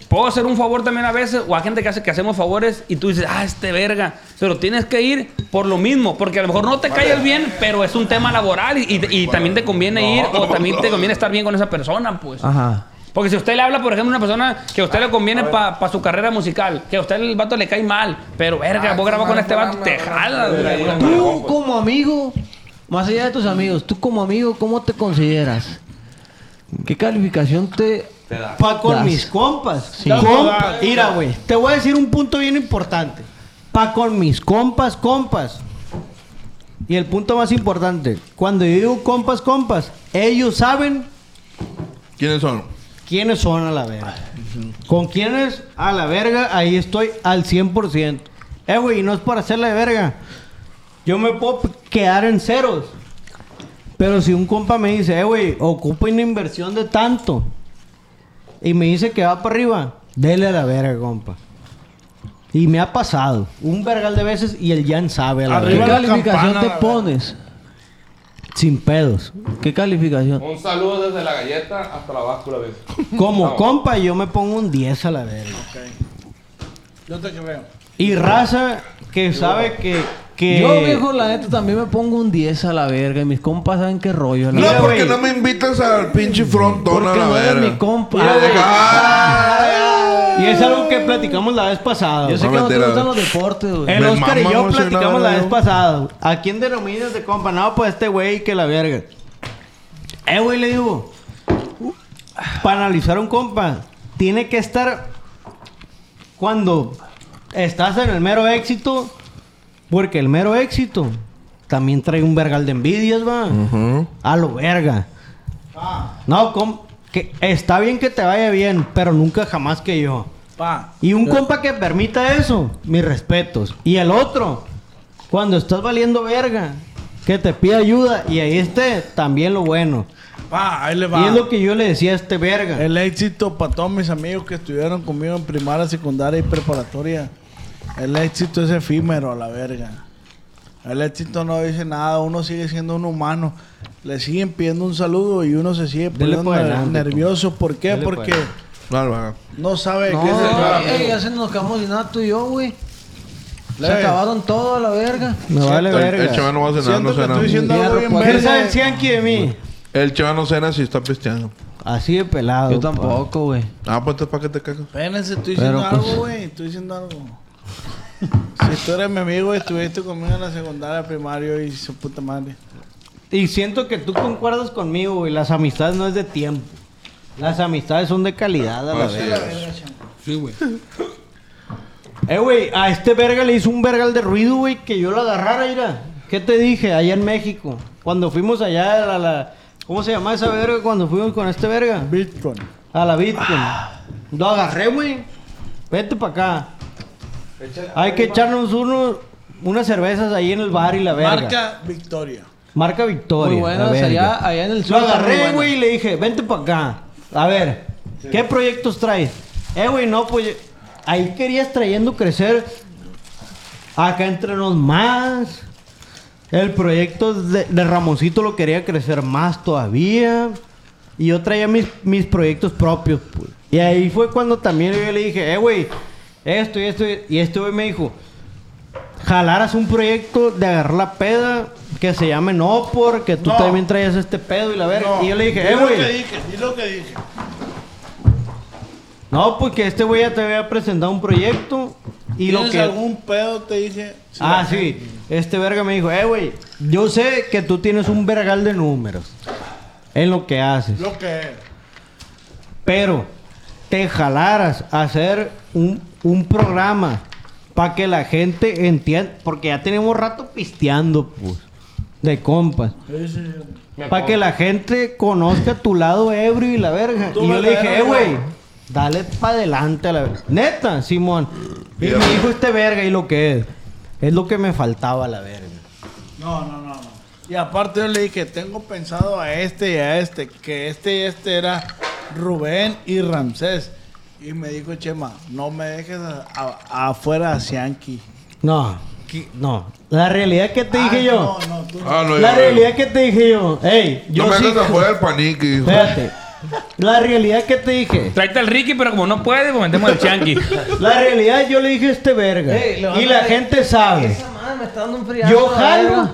[SPEAKER 4] Puedo hacer un favor también a veces, o a gente que, hace, que hacemos favores y tú dices, ah, este verga. Pero tienes que ir por lo mismo, porque a lo mejor no te cae el bien, pero es un tema laboral y, y- y también te conviene ir, o también te conviene estar bien con esa persona, pues.
[SPEAKER 12] Ajá.
[SPEAKER 4] Porque si usted le habla, por ejemplo, a una persona que a usted le conviene para su carrera musical, que a usted el vato le cae mal, pero verga, vos grabás con este vato, te jalas, güey.
[SPEAKER 12] Tú como amigo, más allá de tus amigos, tú como amigo, ¿cómo te consideras? ¿Qué calificación te
[SPEAKER 4] Te da.
[SPEAKER 3] Pa con
[SPEAKER 4] Das.
[SPEAKER 3] mis compas.
[SPEAKER 4] Sí.
[SPEAKER 3] Compas.
[SPEAKER 4] Das.
[SPEAKER 3] Mira, güey. Te voy a decir un punto bien importante. Pa con mis compas, compas. Y el punto más importante. Cuando yo digo compas, compas, ellos saben
[SPEAKER 5] ¿Quiénes son?
[SPEAKER 3] quiénes son a la verga. Con quiénes a la verga, ahí estoy al 100%. Eh, güey, y no es para hacerle de verga. Yo me puedo p- quedar en ceros. Pero si un compa me dice, eh, güey, ocupa una inversión de tanto. Y me dice que va para arriba, dele a la verga, compa. Y me ha pasado un vergal de veces y el Jan sabe a la
[SPEAKER 12] ¿Qué
[SPEAKER 3] verga.
[SPEAKER 12] calificación te pones?
[SPEAKER 3] Sin pedos.
[SPEAKER 12] ¿Qué calificación?
[SPEAKER 9] Un saludo desde la galleta hasta la báscula, viejo.
[SPEAKER 3] Como
[SPEAKER 9] Vamos.
[SPEAKER 3] compa, yo me pongo un 10 a la verga.
[SPEAKER 2] Yo te creo.
[SPEAKER 3] Y raza que sabe que. que
[SPEAKER 12] Yo, viejo, la neta también me pongo un 10 a la verga. Y mis compas saben qué rollo.
[SPEAKER 5] No, porque no me invitas al pinche frontón a la verga.
[SPEAKER 12] mi compa.
[SPEAKER 5] Ah,
[SPEAKER 3] Ah, Y es algo que platicamos la vez pasada.
[SPEAKER 12] Yo sé que no te gustan los deportes, güey.
[SPEAKER 3] El Oscar y yo
[SPEAKER 12] güey, soy una
[SPEAKER 3] platicamos la
[SPEAKER 12] verga,
[SPEAKER 3] vez
[SPEAKER 12] güey.
[SPEAKER 3] pasada. ¿A quién denominas de compa? No, pues este güey que la verga. Eh, güey, le digo. Para analizar a un compa, tiene que estar cuando estás en el mero éxito. Porque el mero éxito también trae un vergal de envidias, va. A lo verga. No, com- que está bien que te vaya bien, pero nunca jamás que yo.
[SPEAKER 2] Pa.
[SPEAKER 3] Y un compa que permita eso, mis respetos. Y el otro, cuando estás valiendo verga, que te pida ayuda y ahí esté, también lo bueno.
[SPEAKER 2] Pa, ahí le va.
[SPEAKER 3] Y es lo que yo le decía a este verga.
[SPEAKER 2] El éxito para todos mis amigos que estuvieron conmigo en primaria, secundaria y preparatoria. El éxito es efímero a la verga. El éxito no dice nada, uno sigue siendo un humano. Le siguen pidiendo un saludo y uno se sigue poniendo
[SPEAKER 5] pa'
[SPEAKER 2] ner-
[SPEAKER 5] adelante, pues.
[SPEAKER 2] nervioso. ¿Por qué?
[SPEAKER 5] Dele pa'
[SPEAKER 2] Porque
[SPEAKER 5] adelante. eh, No, lo haga.
[SPEAKER 2] no sabe
[SPEAKER 12] No,
[SPEAKER 2] qué es el
[SPEAKER 12] ey, ya se nos acabamos de nada tú y yo, güey.
[SPEAKER 5] eh.
[SPEAKER 12] Se
[SPEAKER 2] Sí.
[SPEAKER 12] acabaron todo a la verga.
[SPEAKER 3] Me vale
[SPEAKER 5] El-
[SPEAKER 3] verga.
[SPEAKER 5] El chaval no va a cenar, no cena.
[SPEAKER 3] ¿Qué sabe el Cianqui de mí?
[SPEAKER 5] El chaval no cena si está pisteando.
[SPEAKER 3] Así de pelado.
[SPEAKER 12] Yo tampoco, güey.
[SPEAKER 5] Ah, pues para que te cagas.
[SPEAKER 2] Espérense, estoy diciendo
[SPEAKER 5] Pero, pues-
[SPEAKER 2] algo, güey. Estoy diciendo algo. si tú eres mi amigo y estuviste conmigo en la secundaria, primaria y su puta madre.
[SPEAKER 3] Y siento que tú concuerdas conmigo, güey. Las amistades no es de tiempo. Las amistades son de calidad a la
[SPEAKER 5] Así
[SPEAKER 3] verga.
[SPEAKER 5] es.
[SPEAKER 3] Sí, güey. Eh, güey, a este verga le hizo un vergal de ruido, güey, que yo lo agarrara, mira. ¿Qué te dije allá en México? Cuando fuimos allá a la... la- ¿Cómo se llama esa verga cuando fuimos con este verga?
[SPEAKER 2] Bitcoin.
[SPEAKER 3] A la Bitcoin. Lo agarré, güey. Vete para acá. Hay que echarnos uno, unas cervezas ahí en el bar y la verga.
[SPEAKER 2] Marca Victoria.
[SPEAKER 3] Marca Victoria.
[SPEAKER 12] Muy buenas,
[SPEAKER 3] la verga.
[SPEAKER 12] allá- allá en el sur
[SPEAKER 3] Lo
[SPEAKER 12] están muy
[SPEAKER 3] agarré,
[SPEAKER 12] buenas.
[SPEAKER 3] güey, y le dije, vente para acá. A ver, ¿qué proyectos traes? Eh, güey, no, pues yo- ahí querías trayendo crecer. Acá entre nos más. El proyecto de, de Ramoncito lo quería crecer más todavía. Y yo traía mis, mis proyectos propios. pues. Y ahí fue cuando también yo le dije, eh, güey, esto y esto. y- Y este güey me dijo, jalaras un proyecto de agarrar la peda que se llame No Por, que tú
[SPEAKER 2] No.
[SPEAKER 3] también traías este pedo y la verga.
[SPEAKER 2] No,
[SPEAKER 3] y yo le dije,
[SPEAKER 2] di
[SPEAKER 3] eh,
[SPEAKER 2] lo que
[SPEAKER 3] güey.
[SPEAKER 2] dije, di lo que dije.
[SPEAKER 3] No, porque este güey ya te había presentado un proyecto y lo
[SPEAKER 2] ¿Tienes
[SPEAKER 3] que...
[SPEAKER 2] algún pedo te dije?
[SPEAKER 3] ah, sí. Este verga me dijo, eh, güey, yo sé que tú tienes un vergal de números en lo que haces.
[SPEAKER 2] Lo que es.
[SPEAKER 3] pero te jalaras a hacer un, un programa para que la gente entienda, porque ya tenemos rato pisteando, pues, de compas. Para que la gente conozca tu lado ebrio y la verga.
[SPEAKER 2] Tú
[SPEAKER 3] y yo
[SPEAKER 2] ves
[SPEAKER 3] le
[SPEAKER 2] la
[SPEAKER 3] dije,
[SPEAKER 2] verga,
[SPEAKER 3] eh, güey,
[SPEAKER 2] güey.
[SPEAKER 3] dale para adelante a la verga. Neta, Simón. Y me dijo este verga y lo que es. Es lo que me faltaba la verga.
[SPEAKER 2] No, no, no, no. Y aparte yo le dije, tengo pensado a este y a este, que este y este era Rubén y Ramsés. Y me dijo Chema, no me dejes a- a- afuera a Sianqui.
[SPEAKER 3] No, no. La realidad que te dije yo.
[SPEAKER 2] No, no, tú
[SPEAKER 5] Ah, no,
[SPEAKER 3] la
[SPEAKER 5] yo-
[SPEAKER 3] realidad que te dije yo. Ey,
[SPEAKER 5] No
[SPEAKER 3] yo
[SPEAKER 5] me
[SPEAKER 3] sí-
[SPEAKER 5] hagas afuera del panique, hijo.
[SPEAKER 3] Espérate. La realidad que te dije.
[SPEAKER 4] Tráete al Ricky, pero como no puede, pues metemos al Chanqui.
[SPEAKER 3] La realidad yo le dije a este verga.
[SPEAKER 4] Ey,
[SPEAKER 12] le van
[SPEAKER 3] y
[SPEAKER 12] a
[SPEAKER 3] la
[SPEAKER 12] dar-
[SPEAKER 3] gente sabe.
[SPEAKER 12] Esa madre me está dando un friazo,
[SPEAKER 3] Yo
[SPEAKER 12] la
[SPEAKER 3] jalo.
[SPEAKER 12] verga.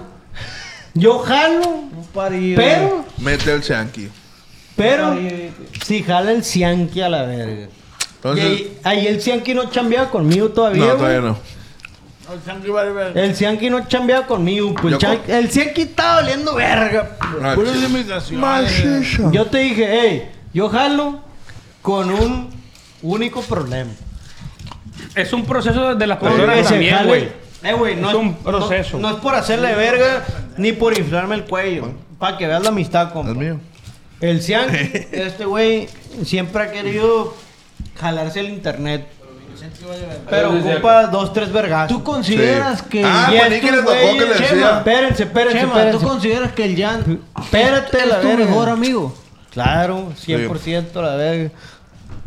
[SPEAKER 3] Yo jalo. Pero,
[SPEAKER 5] Mete el chanqui.
[SPEAKER 3] pero, si jala el Cianqui a la verga.
[SPEAKER 5] Entonces-
[SPEAKER 3] y ahí, ahí el Cianqui no chambeaba conmigo todavía.
[SPEAKER 5] No,
[SPEAKER 3] güey.
[SPEAKER 5] todavía no.
[SPEAKER 2] El Sianqui vale verga.
[SPEAKER 3] El Cianqui no chambeaba conmigo. pues,
[SPEAKER 5] Yo
[SPEAKER 3] cha- el Cianqui estaba oliendo verga.
[SPEAKER 5] Ah,
[SPEAKER 2] Puras
[SPEAKER 5] chido.
[SPEAKER 2] imitaciones.
[SPEAKER 3] Yo te dije, hey, yo jalo, con un único problema.
[SPEAKER 4] Es un proceso de las personas
[SPEAKER 3] Que se
[SPEAKER 4] también,
[SPEAKER 3] jale.
[SPEAKER 4] güey.
[SPEAKER 3] Eh, güey, no
[SPEAKER 4] Es
[SPEAKER 3] es
[SPEAKER 4] un
[SPEAKER 3] un
[SPEAKER 4] proceso.
[SPEAKER 3] No, es por hacerle verga ni por inflarme el cuello. Para que veas la amistad, compa. El Cian, este güey, siempre ha querido jalarse el internet. Pero
[SPEAKER 12] Eso es
[SPEAKER 3] ocupa dos, tres vergas. ¿Tú
[SPEAKER 12] consideras que- Ah,
[SPEAKER 3] Y
[SPEAKER 12] pues, ni
[SPEAKER 3] estos
[SPEAKER 12] que le tocó que le
[SPEAKER 3] güeyes-
[SPEAKER 12] decía.
[SPEAKER 3] Chema, Espérense, espérense,
[SPEAKER 12] Chema,
[SPEAKER 3] espérense.
[SPEAKER 12] ¿tú consideras que el Jan
[SPEAKER 3] Espérate,
[SPEAKER 12] es
[SPEAKER 3] la
[SPEAKER 12] tu
[SPEAKER 3] verga.
[SPEAKER 12] mejor amigo?
[SPEAKER 3] Claro, 100% la verga.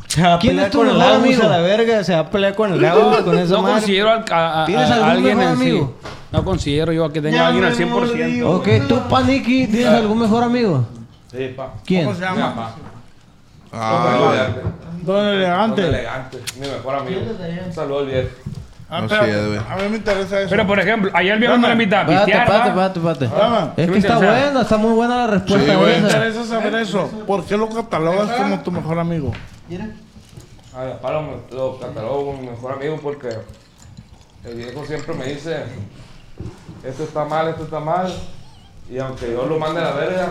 [SPEAKER 3] Se va a
[SPEAKER 12] ¿Quién
[SPEAKER 3] pelear
[SPEAKER 12] es tu
[SPEAKER 3] con el
[SPEAKER 12] mejor
[SPEAKER 3] Agus
[SPEAKER 12] amigo?
[SPEAKER 3] a la verga, se va a pelear con el Agus, con esa
[SPEAKER 4] no
[SPEAKER 3] madre.
[SPEAKER 4] considero al- a, a-
[SPEAKER 3] ¿Tienes
[SPEAKER 4] a
[SPEAKER 3] algún
[SPEAKER 4] alguien
[SPEAKER 3] mejor
[SPEAKER 4] en sí.
[SPEAKER 3] amigo?
[SPEAKER 4] No considero yo a que tenga
[SPEAKER 3] Ya
[SPEAKER 4] alguien al
[SPEAKER 3] me
[SPEAKER 4] 100%.
[SPEAKER 12] Ok, tú, Paniki,
[SPEAKER 3] Ah.
[SPEAKER 12] ¿tienes algún mejor amigo?
[SPEAKER 9] Sí, pa.
[SPEAKER 12] ¿Quién?
[SPEAKER 9] ¿Cómo se llama?
[SPEAKER 5] Ah,
[SPEAKER 2] Don Elegante.
[SPEAKER 9] Don Elegante, mi mejor amigo. Un saludo al viejo.
[SPEAKER 2] Ah, pero a mí me interesa eso.
[SPEAKER 4] Pero, por ejemplo, ayer viejo me la invitaba a
[SPEAKER 12] Espérate,
[SPEAKER 4] pistear,
[SPEAKER 12] espérate,
[SPEAKER 4] ¿va?
[SPEAKER 12] espérate, espérate.
[SPEAKER 2] Ah,
[SPEAKER 12] Es
[SPEAKER 4] ¿qué
[SPEAKER 12] que
[SPEAKER 4] me
[SPEAKER 12] está
[SPEAKER 4] interesa?
[SPEAKER 12] buena, está muy buena la respuesta
[SPEAKER 2] me
[SPEAKER 12] esa.
[SPEAKER 2] interesa saber eso. ¿Por qué lo catalogas como tu mejor amigo?
[SPEAKER 9] A mi papá lo, lo catalogo como mi mejor amigo porque el viejo siempre me dice, esto está mal, esto está mal. Y aunque yo lo mande a la verga,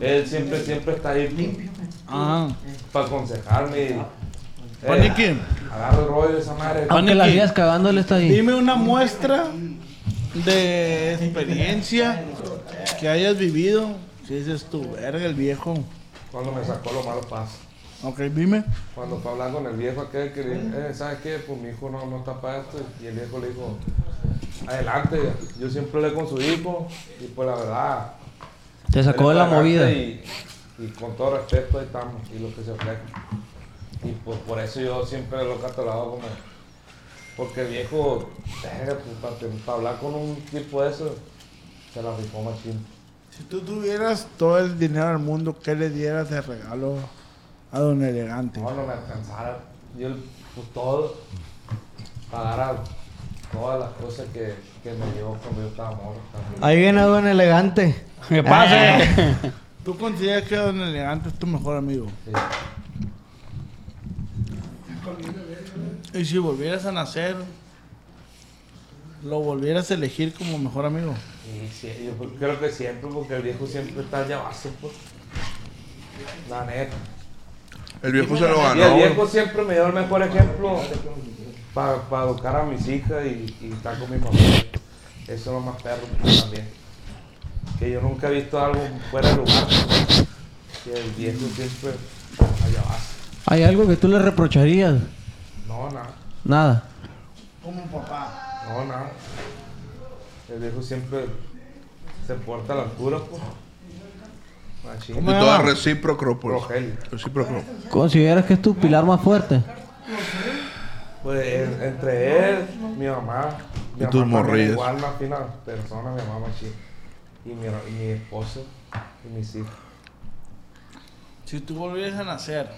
[SPEAKER 9] él siempre, siempre está ahí
[SPEAKER 4] Ah.
[SPEAKER 9] para aconsejarme. y, eh,
[SPEAKER 2] Paniqui.
[SPEAKER 9] Agarra el rollo de esa madre.
[SPEAKER 12] Aunque la sigas cagando, él está ahí.
[SPEAKER 2] Dime una muestra de experiencia que hayas vivido. Si dices tú, verga, el viejo.
[SPEAKER 9] Cuando me sacó los malos pasos.
[SPEAKER 2] Ok, dime.
[SPEAKER 9] Cuando fue hablando con el viejo aquel que le dijo, eh, ¿sabes qué? Pues mi hijo no, no está para esto. Y el viejo le dijo, adelante, yo siempre le con su hijo. Y pues la verdad.
[SPEAKER 12] Te sacó de
[SPEAKER 9] él
[SPEAKER 12] la
[SPEAKER 9] fue
[SPEAKER 12] movida.
[SPEAKER 9] adelante Y, y con todo respeto ahí estamos. Y lo que se ofrece. Y pues por eso yo siempre lo he catalogado como. Porque el viejo, verga, pues, para, que- para hablar con un tipo de eso, se la rifó machín.
[SPEAKER 2] Si tú tuvieras todo el dinero del mundo, ¿qué le dieras de regalo a Don Elegante?
[SPEAKER 9] No, no me alcanzara. Yo, pues todo, pagara todas las cosas que, que me dio cuando yo estaba morro. también.
[SPEAKER 3] Ahí viene Don Elegante.
[SPEAKER 4] Me pasa.
[SPEAKER 3] Ah.
[SPEAKER 2] ¿Tú consideras que Don Elegante es tu mejor amigo?
[SPEAKER 9] Sí.
[SPEAKER 2] Y si volvieras a nacer, lo volvieras a elegir como mejor amigo.
[SPEAKER 9] Y sí, yo pues, creo que siempre, porque el viejo siempre está allá abajo, pues. La neta.
[SPEAKER 5] El viejo se lo
[SPEAKER 9] Y el
[SPEAKER 5] ganó.
[SPEAKER 9] viejo siempre me dio el mejor ejemplo para educar a mis hijas y, y estar con mi familia. Eso es lo más perro pues, también. Que yo nunca he visto algo fuera de lugar. pues. Que el viejo siempre allá abajo.
[SPEAKER 12] ¿Hay algo que tú le reprocharías?
[SPEAKER 9] No, nada.
[SPEAKER 12] Nada.
[SPEAKER 2] Como papá.
[SPEAKER 9] No, nada. El viejo siempre se porta a la altura, pues. Machín.
[SPEAKER 5] Y todo es recíproco, pues.
[SPEAKER 9] Rogelio.
[SPEAKER 5] Recíproco.
[SPEAKER 12] ¿Consideras que es tu pilar más fuerte?
[SPEAKER 9] Pues en- entre él, mi mamá. Mi
[SPEAKER 5] Y tus
[SPEAKER 9] mamá también
[SPEAKER 5] morrillas.
[SPEAKER 9] Igual una fina persona, mi mamá machín. Y mi, y mi esposo y mis hijos.
[SPEAKER 2] Si tú volvieras a nacer,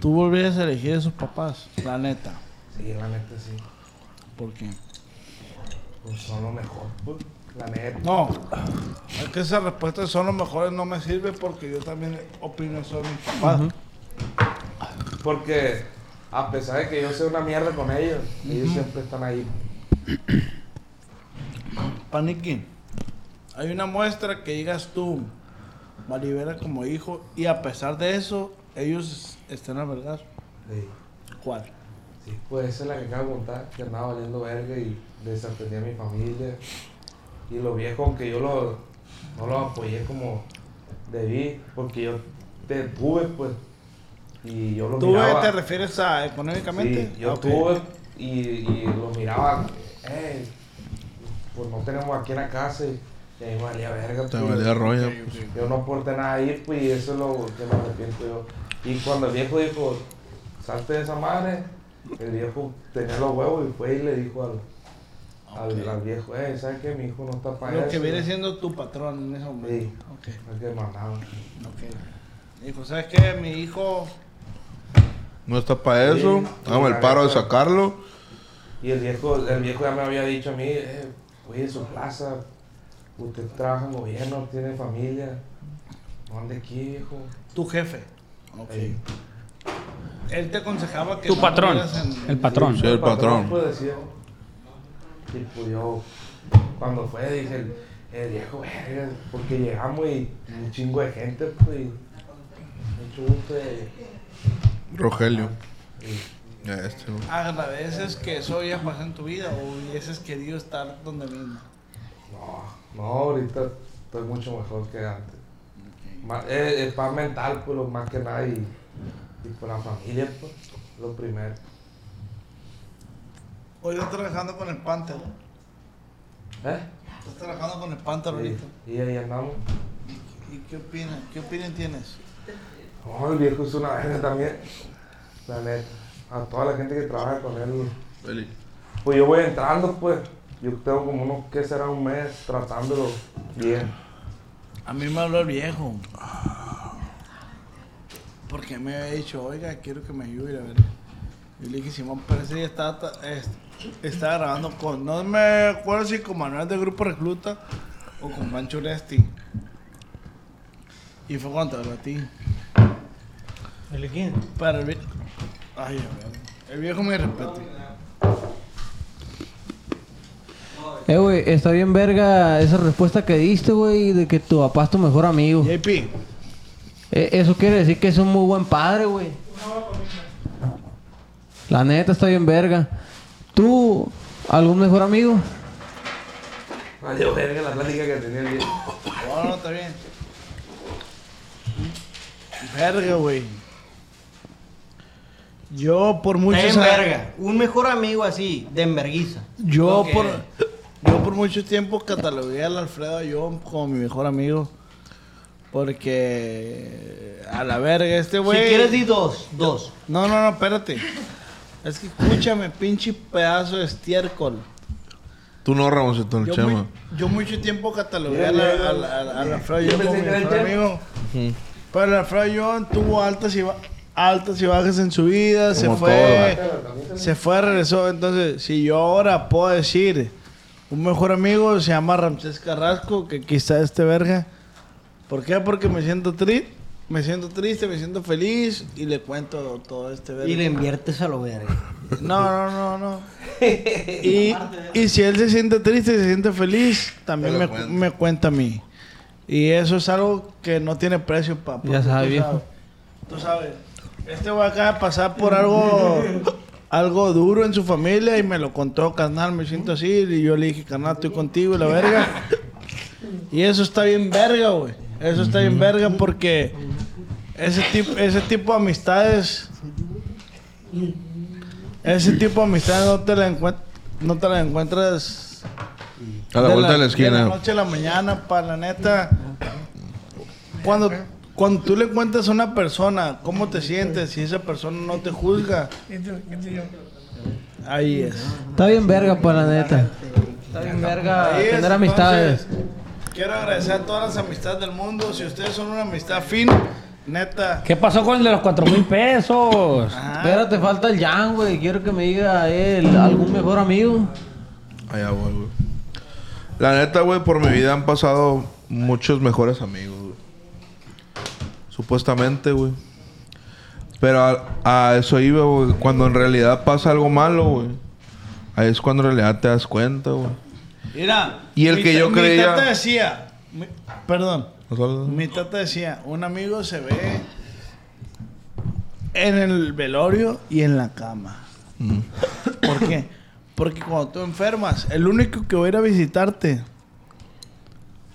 [SPEAKER 2] tú volvieras a elegir a sus papás, la neta.
[SPEAKER 9] Sí, la neta sí.
[SPEAKER 2] ¿Por qué?
[SPEAKER 9] Pues son lo mejor, pues. La neta.
[SPEAKER 2] No, es que esas respuestas son los mejores, no me sirve porque yo también opino eso de mis papás.
[SPEAKER 9] Porque a pesar de que yo sea una mierda con ellos, ellos siempre están ahí.
[SPEAKER 2] Paniqui, hay una muestra que digas tú, Maribela como hijo, y a pesar de eso, ellos están a verdad.
[SPEAKER 9] Sí.
[SPEAKER 2] ¿Cuál?
[SPEAKER 9] Sí, pues esa es la que acabo de contar, que andaba valiendo verga y desatendí a mi familia. Y los viejos, aunque yo lo- no los apoyé como debí, porque yo te tuve, pues. Y yo los
[SPEAKER 2] ¿Tú eh,
[SPEAKER 9] miraba.
[SPEAKER 2] te refieres a económicamente?
[SPEAKER 9] Sí, yo
[SPEAKER 2] Ah, ok.
[SPEAKER 9] tuve y, y los miraba, eh, pues no tenemos aquí en la casa. Y, y ahí me valía verga.
[SPEAKER 5] Te
[SPEAKER 9] pues.
[SPEAKER 5] valía rollo.
[SPEAKER 9] Yo no aporté nada ahí, pues, y eso es lo que me arrepiento yo. Y cuando el viejo dijo, salte de esa madre, el viejo tenía los huevos y fue y le dijo al, al- al viejo, eh, ¿sabes qué? Mi hijo no está para
[SPEAKER 2] Lo
[SPEAKER 9] eso.
[SPEAKER 2] que viene siendo tu patrón en ese momento.
[SPEAKER 9] Sí, es que mandaba.
[SPEAKER 2] Ok, ok. Dijo, ¿sabes qué? Mi hijo...
[SPEAKER 5] No está para eso.
[SPEAKER 9] Sí.
[SPEAKER 5] Hagamos el paro de sacarlo.
[SPEAKER 9] Y el viejo, el viejo ya me había dicho a mí, eh, oye, su plaza, usted trabaja en gobierno, tiene familia, no ande aquí, viejo.
[SPEAKER 2] Tu jefe.
[SPEAKER 9] Sí.
[SPEAKER 2] Él te aconsejaba que...
[SPEAKER 4] Tu
[SPEAKER 2] no
[SPEAKER 4] patrón.
[SPEAKER 2] tuvieras en-
[SPEAKER 4] El patrón.
[SPEAKER 5] Sí, el patrón.
[SPEAKER 9] pues, decía. Y pues yo, cuando fue, dije, el, el viejo, verga, porque llegamos y un chingo de gente, pues, y
[SPEAKER 2] pues.
[SPEAKER 5] Rogelio. Ya, este, güey.
[SPEAKER 2] ¿Agradeces que eso haya pasado en tu vida o hubieses querido estar donde mismo?
[SPEAKER 9] No, ahorita estoy mucho mejor que antes. Más- es, es paz mental, pero más que nada y, y por la familia, pues, lo primero.
[SPEAKER 2] Hoy estás trabajando con el Panther.
[SPEAKER 9] ¿Eh?
[SPEAKER 2] Estás trabajando con el Panther ahorita.
[SPEAKER 9] Y, y ahí andamos.
[SPEAKER 2] ¿Y qué opinas? ¿Qué opinión tienes?
[SPEAKER 9] No, el viejo es una verga también. La neta. A toda la gente que trabaja con él. Pues yo voy entrando, pues. Yo tengo como unos, ¿qué será? Un mes tratándolo bien.
[SPEAKER 2] A mí me habló el viejo. Porque me había dicho, oiga, quiero que me ayude a ver. Y le dije, Simón, parece que estaba, ta- es- estaba grabando con, no me acuerdo si con Manuel de Grupo Recluta o con Pancho Lesti. Y fue cuando te habló a ti.
[SPEAKER 3] ¿El quién?
[SPEAKER 2] Para el viejo. Ay, a ver. El viejo me respeta.
[SPEAKER 12] Eh, güey, está bien verga esa respuesta que diste, güey, de que tu papá es tu mejor amigo.
[SPEAKER 2] JP.
[SPEAKER 12] E, eso quiere decir que es un muy buen padre, güey. La neta está bien verga. ¿Tú, algún mejor amigo?
[SPEAKER 9] Vale, verga la plática que tenía el viejo.
[SPEAKER 2] No, no, está bien. Verga, güey. Yo por muchos
[SPEAKER 3] Den
[SPEAKER 2] años-
[SPEAKER 3] verga. Un mejor amigo así, de enverguiza.
[SPEAKER 2] Yo
[SPEAKER 3] Lo que-
[SPEAKER 2] por yo por mucho tiempo catalogué al Alfredo Ayón como mi mejor amigo. Porque a la verga, este güey.
[SPEAKER 3] Si quieres di dos, dos.
[SPEAKER 2] No, no, no, espérate. Es que escúchame, pinche pedazo de estiércol.
[SPEAKER 5] Tú no, Ramoncito, el
[SPEAKER 2] Yo,
[SPEAKER 5] Chema.
[SPEAKER 2] muy- yo mucho tiempo catalogué al al- al- al Alfredo Ayón como mi mejor amigo.
[SPEAKER 5] Ujú.
[SPEAKER 2] Pero Alfredo Ayón tuvo altas y, ba- altas y bajas en su vida, se
[SPEAKER 5] Como
[SPEAKER 2] fue,
[SPEAKER 5] todo.
[SPEAKER 2] se fue, regresó. Entonces, si yo ahora puedo decir, un mejor amigo se llama Ramsés Carrasco, que quizá este verga. ¿Por qué? Porque me siento triste, me siento triste, me siento feliz y le cuento todo este verga.
[SPEAKER 7] Y le inviertes a lo verga.
[SPEAKER 2] No, no, no, no. Y, y si él se siente triste, se siente feliz, también
[SPEAKER 7] Te
[SPEAKER 2] me,
[SPEAKER 7] lo cuento.
[SPEAKER 2] me cuenta a mí. Y eso es algo que no tiene precio, papá.
[SPEAKER 12] Ya sabes, viejo.
[SPEAKER 2] Tú sabes. Este va acá de pasar por algo algo duro en su familia y me lo contó, carnal, me siento así. Y yo le dije, carnal, estoy contigo y la verga. Y eso está bien verga, güey. Eso está bien verga porque ese tipo, ese tipo de amistades... Ese tipo de amistades no te la, encuent- no te la encuentras...
[SPEAKER 5] A la vuelta de la esquina.
[SPEAKER 2] De la noche a la mañana, para la neta cuando, cuando tú le cuentas a una persona cómo te sientes y esa persona no te juzga, ahí es.
[SPEAKER 12] Está bien verga, pues, la neta. Está bien verga
[SPEAKER 2] Ahí es,
[SPEAKER 12] tener amistades.
[SPEAKER 2] Quiero agradecer a todas las amistades del mundo. Si ustedes son una amistad fin, neta.
[SPEAKER 4] ¿Qué pasó con el de los cuatro mil pesos?
[SPEAKER 3] Ah,
[SPEAKER 12] Pero te falta el Jan, güey. Quiero que me diga él algún mejor amigo.
[SPEAKER 5] Allá voy, güey. La neta, güey, por mi vida han pasado muchos mejores amigos, güey. Supuestamente, güey. Pero a, a eso iba, güey. Cuando en realidad pasa algo malo, güey. Ahí es cuando en realidad te das cuenta, güey.
[SPEAKER 2] Mira.
[SPEAKER 5] Y el
[SPEAKER 2] mi
[SPEAKER 5] que
[SPEAKER 2] ta-
[SPEAKER 5] yo
[SPEAKER 2] mi
[SPEAKER 5] creía-
[SPEAKER 2] tata decía. mi- perdón.
[SPEAKER 5] ¿No sabes?
[SPEAKER 2] Mi tata decía, un amigo se ve en el velorio y en la cama. ¿Por qué? Porque cuando tú enfermas, el único que va a ir a visitarte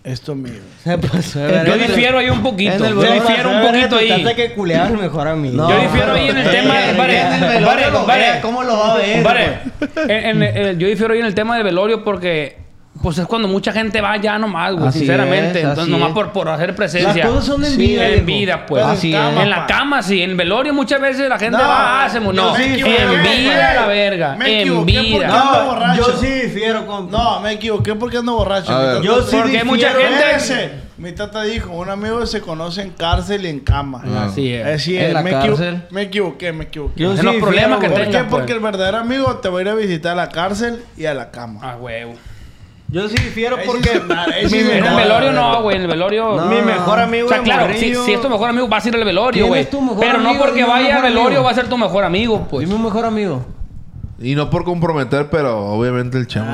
[SPEAKER 2] es tu amigo.
[SPEAKER 12] Eh,
[SPEAKER 4] Yo difiero ahí un poquito. Yo difiero un poquito ahí.
[SPEAKER 3] que culear al mejor amigo.
[SPEAKER 4] Yo difiero ahí en el tema. Vale, vale, vale.
[SPEAKER 3] ¿Cómo lo va a
[SPEAKER 12] eh,
[SPEAKER 3] ver?
[SPEAKER 4] Vale.
[SPEAKER 12] pues.
[SPEAKER 4] En- en- en- yo difiero ahí en el tema del velorio porque. Pues es cuando mucha gente va ya nomás, güey,
[SPEAKER 12] Así
[SPEAKER 4] sinceramente.
[SPEAKER 12] es,
[SPEAKER 4] Entonces,
[SPEAKER 12] así
[SPEAKER 4] nomás
[SPEAKER 12] es.
[SPEAKER 4] por, por hacer presencia.
[SPEAKER 12] Las cosas son en
[SPEAKER 4] Sí,
[SPEAKER 12] vida,
[SPEAKER 4] En
[SPEAKER 12] viejo.
[SPEAKER 4] vida, pues.
[SPEAKER 12] Así
[SPEAKER 4] en
[SPEAKER 12] es.
[SPEAKER 4] la cama, sí. En velorio muchas veces la gente
[SPEAKER 3] No,
[SPEAKER 4] va, hacemos.
[SPEAKER 3] yo
[SPEAKER 4] No,
[SPEAKER 3] sí equivoqué,
[SPEAKER 4] en vida
[SPEAKER 3] güey.
[SPEAKER 4] la verga.
[SPEAKER 2] Me
[SPEAKER 4] en
[SPEAKER 2] equivoqué porque
[SPEAKER 4] vida.
[SPEAKER 2] ando borracho.
[SPEAKER 3] Yo sí difiero con.
[SPEAKER 2] No, me equivoqué porque ando borracho.
[SPEAKER 5] A
[SPEAKER 2] Mi
[SPEAKER 5] ver.
[SPEAKER 2] tata-
[SPEAKER 3] Yo sí
[SPEAKER 4] Porque hay mucha
[SPEAKER 3] difiero,
[SPEAKER 4] gente-
[SPEAKER 2] Ese. Mi tata dijo, un amigo se conoce en cárcel y en cama.
[SPEAKER 5] Ah.
[SPEAKER 4] Así es.
[SPEAKER 2] Así es,
[SPEAKER 12] En la
[SPEAKER 2] me, equivo-
[SPEAKER 12] cárcel.
[SPEAKER 2] me equivoqué, me equivoqué.
[SPEAKER 3] Yo
[SPEAKER 4] En
[SPEAKER 3] sí
[SPEAKER 4] los
[SPEAKER 3] difiero,
[SPEAKER 4] problemas que
[SPEAKER 3] güey.
[SPEAKER 2] ¿Por
[SPEAKER 4] tenga,
[SPEAKER 2] qué?
[SPEAKER 4] pues.
[SPEAKER 2] Porque el verdadero amigo te va a ir a visitar a la cárcel y a la cama.
[SPEAKER 4] Ah, huevo.
[SPEAKER 3] Yo sí difiero
[SPEAKER 2] Ahí sí
[SPEAKER 3] porque.
[SPEAKER 2] se madre, ahí sí
[SPEAKER 3] mi
[SPEAKER 2] se
[SPEAKER 4] En el
[SPEAKER 2] No,
[SPEAKER 3] mejor-
[SPEAKER 4] velorio no, güey. En el velorio.
[SPEAKER 3] No, mi mejor amigo
[SPEAKER 4] O sea,
[SPEAKER 3] de
[SPEAKER 4] claro, si,
[SPEAKER 3] morrillo-
[SPEAKER 4] si es tu mejor amigo, vas a ir al velorio,
[SPEAKER 12] ¿Quién
[SPEAKER 4] güey.
[SPEAKER 12] es tu mejor
[SPEAKER 4] Pero no
[SPEAKER 12] amigo?
[SPEAKER 4] porque
[SPEAKER 12] Dime un
[SPEAKER 4] vaya al
[SPEAKER 12] mejor
[SPEAKER 4] velorio
[SPEAKER 12] amigo.
[SPEAKER 4] va a ser tu mejor amigo, pues.
[SPEAKER 12] Dime un mejor amigo.
[SPEAKER 5] Y no por comprometer, pero obviamente el chama,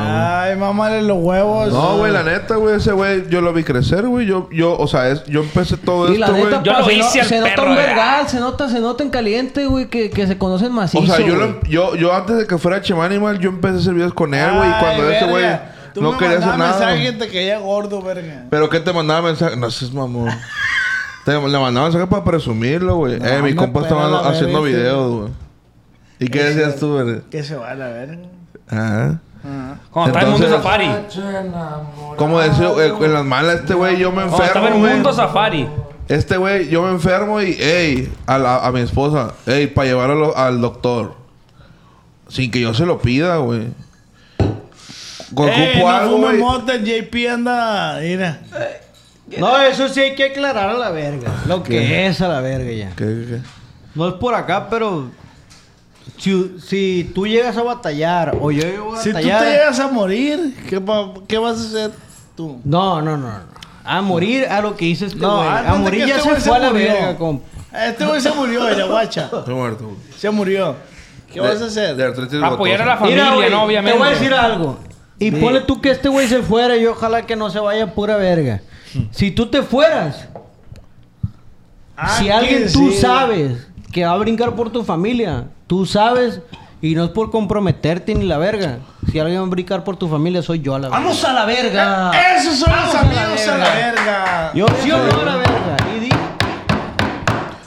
[SPEAKER 5] güey.
[SPEAKER 2] Ay, mamá, los huevos.
[SPEAKER 5] No, güey, la neta, güey, ese güey, yo lo vi crecer, güey. Yo, yo, o sea, es, yo empecé todo
[SPEAKER 12] Y la
[SPEAKER 5] Pues esto, güey.
[SPEAKER 12] neta, pa, se, no- se nota
[SPEAKER 5] eh.
[SPEAKER 12] un vergal, se nota, se nota en caliente, güey, que, que se conocen macizo.
[SPEAKER 5] O sea, yo,
[SPEAKER 12] güey.
[SPEAKER 5] lo- yo, yo antes de que fuera Chimanimal, yo empecé a hacer videos con él, güey. Y cuando ese güey
[SPEAKER 2] Tú
[SPEAKER 5] no
[SPEAKER 2] me
[SPEAKER 5] quería hacer
[SPEAKER 2] mandabas
[SPEAKER 5] nada.
[SPEAKER 2] mensaje y te caía gordo, verga.
[SPEAKER 5] ¿Pero qué te mandaba mensaje? No seas mamón. te, le mandaba mensaje para presumirlo, güey. eh, mi
[SPEAKER 2] no,
[SPEAKER 5] compa estaba
[SPEAKER 2] pero la
[SPEAKER 5] haciendo
[SPEAKER 2] verga,
[SPEAKER 5] videos, güey. ¿Y qué
[SPEAKER 2] Ese-
[SPEAKER 5] decías tú, güey?
[SPEAKER 2] Que se va a la verga.
[SPEAKER 5] Ah.
[SPEAKER 4] Cuando estaba en Mundo
[SPEAKER 5] Entonces,
[SPEAKER 4] Safari.
[SPEAKER 5] Como decía, eh, en las malas, este güey, yo me
[SPEAKER 4] Cuando
[SPEAKER 5] enfermo.
[SPEAKER 4] estaba en
[SPEAKER 5] güey.
[SPEAKER 4] Mundo Safari.
[SPEAKER 5] Este güey, yo me enfermo y, ey, a, la- a mi esposa, ey, para llevarlo al doctor. Sin que yo se lo pida, güey. Con
[SPEAKER 2] Ey,
[SPEAKER 5] cupo
[SPEAKER 2] no
[SPEAKER 5] algo,
[SPEAKER 2] fume
[SPEAKER 5] güey.
[SPEAKER 2] mota, el JP anda, mira.
[SPEAKER 3] No, eso sí hay que aclarar a la verga.
[SPEAKER 2] Ah,
[SPEAKER 3] Lo que
[SPEAKER 5] ¿Qué?
[SPEAKER 3] es a la verga ya.
[SPEAKER 5] ¿Qué, qué, qué?
[SPEAKER 3] No es por acá, pero. Si, si tú llegas a batallar o yo llego a
[SPEAKER 2] Si tú te
[SPEAKER 3] batallar.
[SPEAKER 2] llegas a morir, ¿qué, pa- qué vas a hacer tú?
[SPEAKER 3] No, no, no. no. A morir a lo que hice este güey.
[SPEAKER 2] No, antes
[SPEAKER 3] a
[SPEAKER 2] de
[SPEAKER 3] morir
[SPEAKER 2] que
[SPEAKER 3] ya
[SPEAKER 2] este
[SPEAKER 3] se
[SPEAKER 2] güey se
[SPEAKER 3] fue a la
[SPEAKER 2] murió.
[SPEAKER 3] verga, compa.
[SPEAKER 2] Este güey se murió, era guacha.
[SPEAKER 5] Estoy muerto, güey.
[SPEAKER 2] Se murió. ¿Qué
[SPEAKER 5] De-
[SPEAKER 2] vas a hacer?
[SPEAKER 5] de artritis
[SPEAKER 4] Apoyar a
[SPEAKER 5] gotosa.
[SPEAKER 4] la familia,
[SPEAKER 3] Mira, güey,
[SPEAKER 4] ¿no? Obviamente.
[SPEAKER 3] Te voy a decir algo. Y
[SPEAKER 4] Sí.
[SPEAKER 3] ponle tú que este güey se fuera y ojalá que no se vaya pura verga.
[SPEAKER 5] Mm.
[SPEAKER 3] Si tú te fueras,
[SPEAKER 2] Ah,
[SPEAKER 3] si
[SPEAKER 2] ¿qué
[SPEAKER 3] alguien tú
[SPEAKER 2] decir?
[SPEAKER 3] sabes que va a brincar por tu familia, tú sabes, y no es por comprometerte ni la verga. Si alguien va a brincar por tu familia, soy yo a
[SPEAKER 5] Ah,
[SPEAKER 3] la verga. ¡Vamos a la verga!
[SPEAKER 2] Eh, Esos son los amigos a la verga.
[SPEAKER 3] Yo sí o no a la verga. Y di-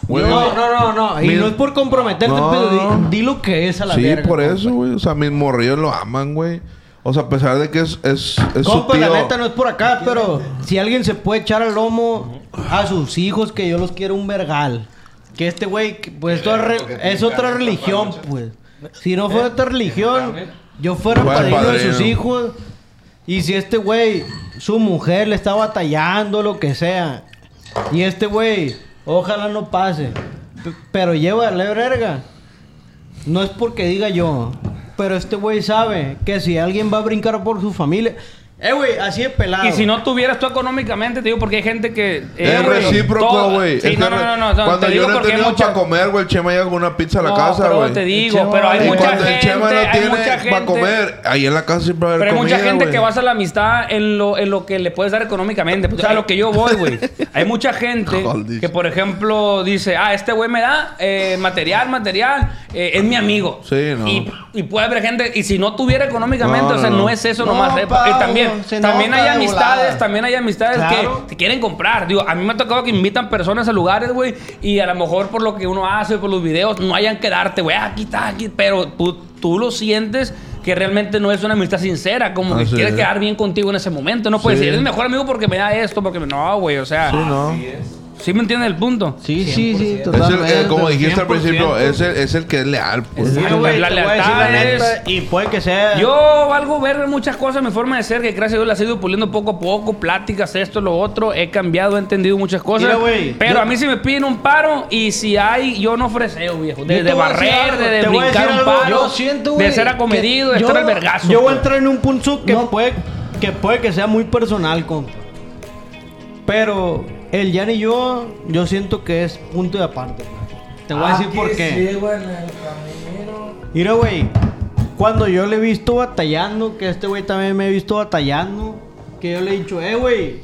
[SPEAKER 5] Güey,
[SPEAKER 3] no, no, no, no. Y
[SPEAKER 5] Mira.
[SPEAKER 3] no es por comprometerte,
[SPEAKER 5] No.
[SPEAKER 3] pero di, di lo que es a la
[SPEAKER 5] Sí,
[SPEAKER 3] verga.
[SPEAKER 5] por
[SPEAKER 3] compa.
[SPEAKER 5] eso, güey. O sea, mis morrillos lo aman, güey. O sea, a pesar de que es, es, es su
[SPEAKER 3] Compa,
[SPEAKER 5] tío.
[SPEAKER 3] la neta no es por acá, pero si alguien se puede echar al lomo a sus hijos, que yo los quiero un vergal. Que este güey, que, pues esto es, re- es otra religión, pues. Si no fuera otra religión, yo fuera
[SPEAKER 5] Fuera
[SPEAKER 3] padrino de
[SPEAKER 5] padrino.
[SPEAKER 3] sus hijos. Y si este güey, su mujer le está batallando, lo que sea. Y este güey, ojalá no pase. p- Pero llévale verga. No es porque diga yo, pero este güey sabe que si alguien va a brincar por su familia. Eh, güey, así es pelado.
[SPEAKER 4] Y si no tuvieras tú económicamente, te digo, porque hay gente que. eh,
[SPEAKER 5] Es
[SPEAKER 4] güey,
[SPEAKER 5] recíproco,
[SPEAKER 4] todo-
[SPEAKER 5] güey.
[SPEAKER 4] Sí,
[SPEAKER 5] Es
[SPEAKER 4] no,
[SPEAKER 5] que
[SPEAKER 4] no,
[SPEAKER 5] re-
[SPEAKER 4] no, no, no,
[SPEAKER 5] Cuando
[SPEAKER 4] te
[SPEAKER 5] yo
[SPEAKER 4] digo
[SPEAKER 5] no he
[SPEAKER 4] porque hay
[SPEAKER 5] tenido
[SPEAKER 4] mucha-
[SPEAKER 5] para comer, güey, el Chema llega con una pizza a la
[SPEAKER 4] No,
[SPEAKER 5] casa,
[SPEAKER 4] pero
[SPEAKER 5] güey.
[SPEAKER 4] te digo,
[SPEAKER 2] Chema-
[SPEAKER 4] pero hay
[SPEAKER 5] Y
[SPEAKER 2] Ay,
[SPEAKER 4] mucha
[SPEAKER 5] cuando
[SPEAKER 4] gente.
[SPEAKER 5] el Chema no
[SPEAKER 4] hay
[SPEAKER 5] tiene
[SPEAKER 4] mucha gente.
[SPEAKER 5] para comer, ahí en la casa siempre va a haber
[SPEAKER 4] Pero hay mucha
[SPEAKER 5] comida,
[SPEAKER 4] gente
[SPEAKER 5] güey.
[SPEAKER 4] que basa la amistad en lo, en lo que le puedes dar económicamente. Pues, a lo que yo voy, güey. Hay mucha gente
[SPEAKER 5] Joder.
[SPEAKER 4] que, por ejemplo, dice, ah, este güey me da eh, material, material, eh, es mi amigo.
[SPEAKER 5] Sí, no.
[SPEAKER 4] Y, y puede haber gente, y si no tuviera económicamente,
[SPEAKER 5] No,
[SPEAKER 4] o sea,
[SPEAKER 5] no,
[SPEAKER 4] no,
[SPEAKER 5] no.
[SPEAKER 4] es eso
[SPEAKER 2] No,
[SPEAKER 4] nomás. eh.
[SPEAKER 2] Pablo,
[SPEAKER 4] Y también,
[SPEAKER 2] se
[SPEAKER 4] también
[SPEAKER 2] nota
[SPEAKER 4] hay
[SPEAKER 2] de
[SPEAKER 4] amistades,
[SPEAKER 2] volada.
[SPEAKER 4] también hay amistades
[SPEAKER 2] Claro.
[SPEAKER 4] que te quieren comprar. Digo, a mí me ha tocado que invitan personas a lugares, güey, y a lo mejor por lo que uno hace, por los videos, no hayan que darte, güey, "Ah, aquí está, aquí, pero tú, tú lo sientes que realmente no es una amistad sincera, como que
[SPEAKER 5] Así
[SPEAKER 4] quieres
[SPEAKER 5] es.
[SPEAKER 4] quedar bien contigo en ese momento. No puedes
[SPEAKER 5] Sí.
[SPEAKER 4] decir, eres mi mejor amigo porque me da esto, porque me... No, güey, o sea,
[SPEAKER 5] Sí, no.
[SPEAKER 4] ¿sí me entiendes el punto?
[SPEAKER 12] Sí, sí, sí,
[SPEAKER 5] Es el,
[SPEAKER 12] totalmente.
[SPEAKER 5] eh, como dijiste al principio, es el, es el que es leal, pues.
[SPEAKER 4] Sí,
[SPEAKER 3] Ah, güey,
[SPEAKER 4] la
[SPEAKER 3] te voy a decir
[SPEAKER 4] lealtad
[SPEAKER 3] neta,
[SPEAKER 4] es-
[SPEAKER 3] Y puede que sea.
[SPEAKER 4] Yo valgo ver muchas cosas, mi forma de ser, que gracias a Dios la he ido puliendo poco a poco, pláticas, esto, lo otro, he cambiado, he entendido muchas cosas.
[SPEAKER 3] Mira, güey,
[SPEAKER 4] pero
[SPEAKER 3] yo-
[SPEAKER 4] a mí si me piden un paro y si hay, yo no ofreceo, viejo.
[SPEAKER 3] Yo
[SPEAKER 4] De,
[SPEAKER 3] te
[SPEAKER 4] de
[SPEAKER 3] voy a decir
[SPEAKER 4] barrer,
[SPEAKER 3] algo,
[SPEAKER 4] de, de
[SPEAKER 3] te voy a
[SPEAKER 4] brincar
[SPEAKER 3] decir
[SPEAKER 4] un
[SPEAKER 3] algo.
[SPEAKER 4] paro,
[SPEAKER 3] Yo siento, güey,
[SPEAKER 4] de ser acomedido, de
[SPEAKER 3] que
[SPEAKER 4] estar
[SPEAKER 3] yo-
[SPEAKER 4] al vergazo.
[SPEAKER 3] Yo voy a
[SPEAKER 4] pues.
[SPEAKER 3] entrar en un punto que,
[SPEAKER 12] No.
[SPEAKER 3] puede, que puede que sea muy personal, compa. Pero el Jan y yo, yo siento que es punto de aparte. güey. Te voy a
[SPEAKER 9] Ah,
[SPEAKER 3] decir por qué. Mira, güey, cuando yo le he visto batallando, que este güey también me he visto batallando, que yo le he dicho, eh, güey,